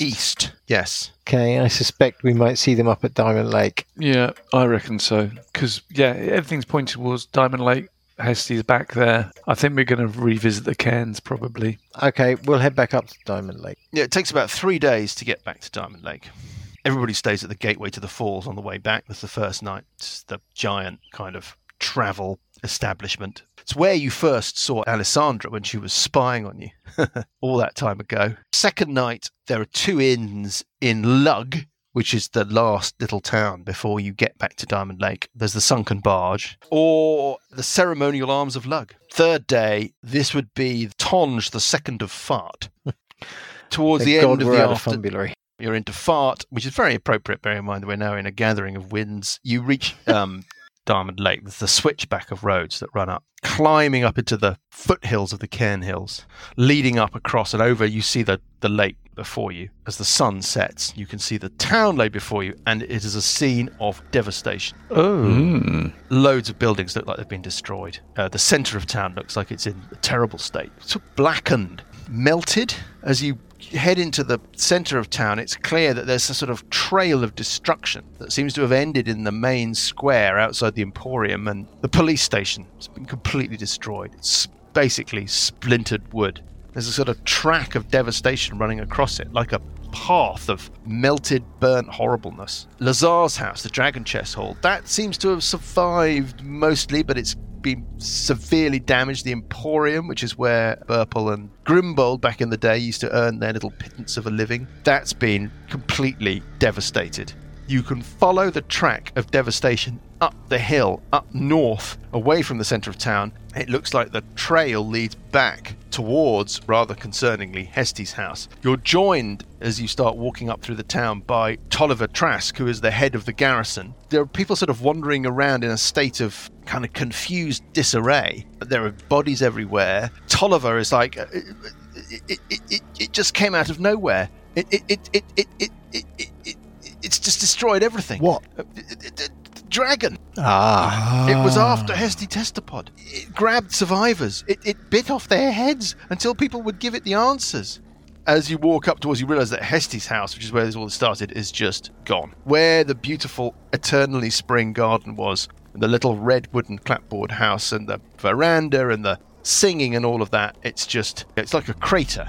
[SPEAKER 2] East.
[SPEAKER 4] Yes.
[SPEAKER 2] Okay, I suspect we might see them up at Diamond Lake.
[SPEAKER 5] Yeah, I reckon so. Because yeah, everything's pointed towards Diamond Lake. Hesty's back there. I think we're going to revisit the Cairns probably.
[SPEAKER 2] Okay, we'll head back up to Diamond Lake.
[SPEAKER 4] Yeah, it takes about three days to get back to Diamond Lake. Everybody stays at the gateway to the falls on the way back. That's the first night. It's the giant kind of travel establishment. It's where you first saw Alessandra when she was spying on you all that time ago. Second night, there are two inns in Lug, which is the last little town before you get back to Diamond Lake. There's the sunken barge or the ceremonial arms of Lug. Third day, this would be Tonge, the second of Fart. Towards
[SPEAKER 2] Thank
[SPEAKER 4] the
[SPEAKER 2] God
[SPEAKER 4] end of
[SPEAKER 2] we're
[SPEAKER 4] the
[SPEAKER 2] out
[SPEAKER 4] after-
[SPEAKER 2] of Fumbulary.
[SPEAKER 4] you're into fart, which is very appropriate. Bear in mind that we're now in a gathering of winds. You reach um, Diamond Lake. There's the switchback of roads that run up, climbing up into the foothills of the Cairn Hills, leading up across and over. You see the the lake, the before you. As the sun sets, you can see the town lay before you, and it is a scene of devastation.
[SPEAKER 5] Oh,
[SPEAKER 6] Hmm.
[SPEAKER 4] Loads of buildings look like they've been destroyed. Uh, the centre of town looks like it's in a terrible state. It's sort of blackened, melted. As you head into the centre of town, it's clear that there's a sort of trail of destruction that seems to have ended in the main square outside the Emporium and the police station. It's been completely destroyed. It's basically splintered wood. There's a sort of track of devastation running across it, like a path of melted, burnt horribleness. Lazar's house, the dragon chest hall, that seems to have survived mostly, but it's been severely damaged. The Emporium, which is where Burple and Grimbold back in the day used to earn their little pittance of a living, that's been completely devastated. You can follow the track of devastation up the hill, up north, away from the centre of town. It looks like the trail leads back towards, rather concerningly, Heste's house. You're joined as you start walking up through the town by Tolliver Trask, who is the head of the garrison. There are people sort of wandering around in a state of kind of confused disarray. There are bodies everywhere. Tolliver is like, "Uh, it, it, it, it, it just came out of nowhere. It, it, it, it, it, it, it, it, it, it's just destroyed everything.
[SPEAKER 3] What?
[SPEAKER 4] Uh, d- d- d- d- Dragon.
[SPEAKER 2] Ah.
[SPEAKER 4] It was after Hesty Testapod. It grabbed survivors. It, it bit off their heads until people would give it the answers. As you walk up towards, you realise that Hesty's house, which is where this all started, is just gone. Where the beautiful, eternally spring garden was, and the little red wooden clapboard house, and the veranda, and the singing, and all of that, it's just, it's like a crater.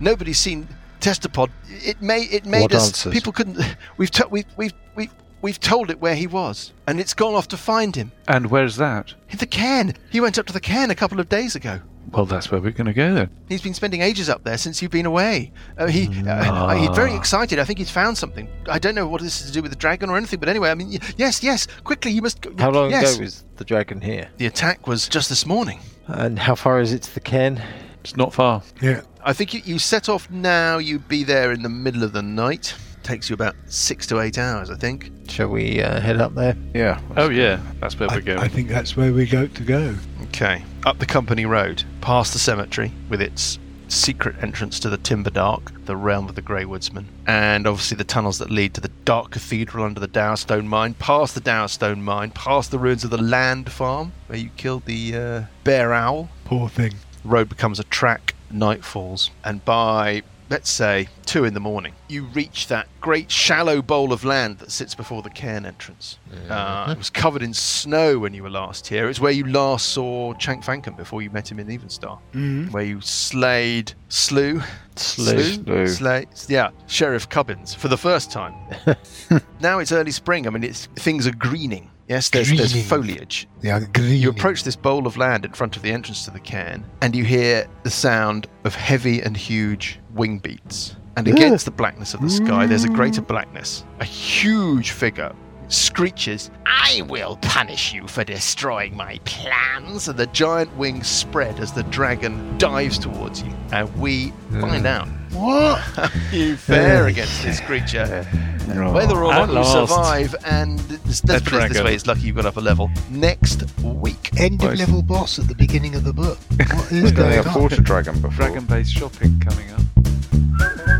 [SPEAKER 4] Nobody's seen Testapod. It made, it made
[SPEAKER 2] What
[SPEAKER 4] us,
[SPEAKER 2] answers?
[SPEAKER 4] people couldn't, we've, to, we've, we've, we've, we've told it where he was, and it's gone off to find him.
[SPEAKER 5] and where's that?
[SPEAKER 4] The cairn. He went up to the cairn a couple of days ago.
[SPEAKER 5] Well, that's where we're going to go then.
[SPEAKER 4] He's been spending ages up there since you've been away. Uh, he, uh,
[SPEAKER 2] Ah.
[SPEAKER 4] uh, he's very excited. I think he's found something. I don't know what this is to do with the dragon or anything, but anyway, I mean, y- yes, yes, quickly, you must. go-
[SPEAKER 2] How long
[SPEAKER 4] yes.
[SPEAKER 2] ago was the dragon here?
[SPEAKER 4] The attack was just this morning.
[SPEAKER 2] And how far is it to the cairn?
[SPEAKER 5] It's not far.
[SPEAKER 3] Yeah.
[SPEAKER 4] I think you, you set off now. You'd be there in the middle of the night. Takes you about six to eight hours, I think.
[SPEAKER 2] Shall we uh, head up there?
[SPEAKER 8] Yeah.
[SPEAKER 5] Oh yeah, that's where
[SPEAKER 3] I,
[SPEAKER 5] we're going.
[SPEAKER 3] I think that's where we go to go.
[SPEAKER 4] Okay. Up the company road, past the cemetery with its secret entrance to the Timber Dark, the realm of the Grey Woodsman, and obviously the tunnels that lead to the Dark Cathedral under the Dowerstone Mine, past the Dowerstone Mine, past the ruins of the Land Farm where you killed the uh, bear owl.
[SPEAKER 3] Poor thing.
[SPEAKER 4] The road becomes a track, night falls, and by let's say two in the morning, you reach that great shallow bowl of land that sits before the cairn entrance. Uh, it was covered in snow when you were last here. It's where you last saw Chank Fankum before you met him in Evenstar,
[SPEAKER 3] Mm.
[SPEAKER 4] where you slayed, slew,
[SPEAKER 8] Slew.
[SPEAKER 4] slay, yeah, Sheriff Cubbins for the first time. now it's early spring. I mean, it's things are greening. Yes, there's, there's
[SPEAKER 3] Greening.
[SPEAKER 4] foliage.
[SPEAKER 3] Yeah, green.
[SPEAKER 5] Mm.
[SPEAKER 4] You approach this bowl of land in front of the entrance to the cairn, and you hear the sound of heavy and huge wing beats. And against the blackness of the sky, there's a greater
[SPEAKER 5] Mm.
[SPEAKER 4] blackness. A huge figure screeches, I will punish you for destroying my plans. And the giant wings spread as the dragon dives towards you. And we
[SPEAKER 5] Mm.
[SPEAKER 4] find out what you fare against this creature. Whether or
[SPEAKER 5] At
[SPEAKER 4] not you
[SPEAKER 5] last.
[SPEAKER 4] survive, and let's let's
[SPEAKER 5] That
[SPEAKER 4] put it this
[SPEAKER 5] dragon.
[SPEAKER 4] way, it's lucky you got up a level. Next week.
[SPEAKER 9] End of
[SPEAKER 8] Right.
[SPEAKER 9] level boss at the beginning of the book. What is
[SPEAKER 8] Can they
[SPEAKER 9] going on?
[SPEAKER 8] afford a dragon before?
[SPEAKER 5] Dragon-based shopping coming up.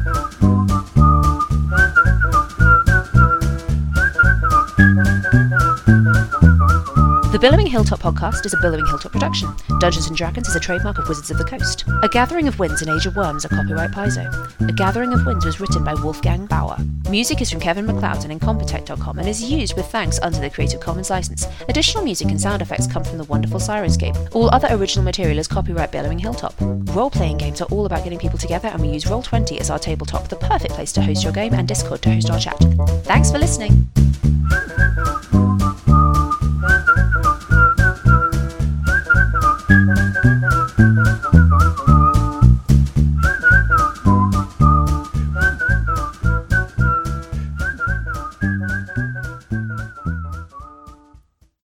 [SPEAKER 10] The Billowing Hilltop podcast is a Billowing Hilltop production. Dungeons and Dragons is a trademark of Wizards of the Coast. A Gathering of Winds and Age of Worms are copyright Paizo. A Gathering of Winds was written by Wolfgang Bauer. Music is from Kevin MacLeod and Incompetech.com and is used with thanks under the Creative Commons license. Additional music and sound effects come from the wonderful Sirenscape. All other original material is copyright Billowing Hilltop. Role playing games are all about getting people together, and we use Roll20 as our tabletop, the perfect place to host your game, and Discord to host our chat. Thanks for listening.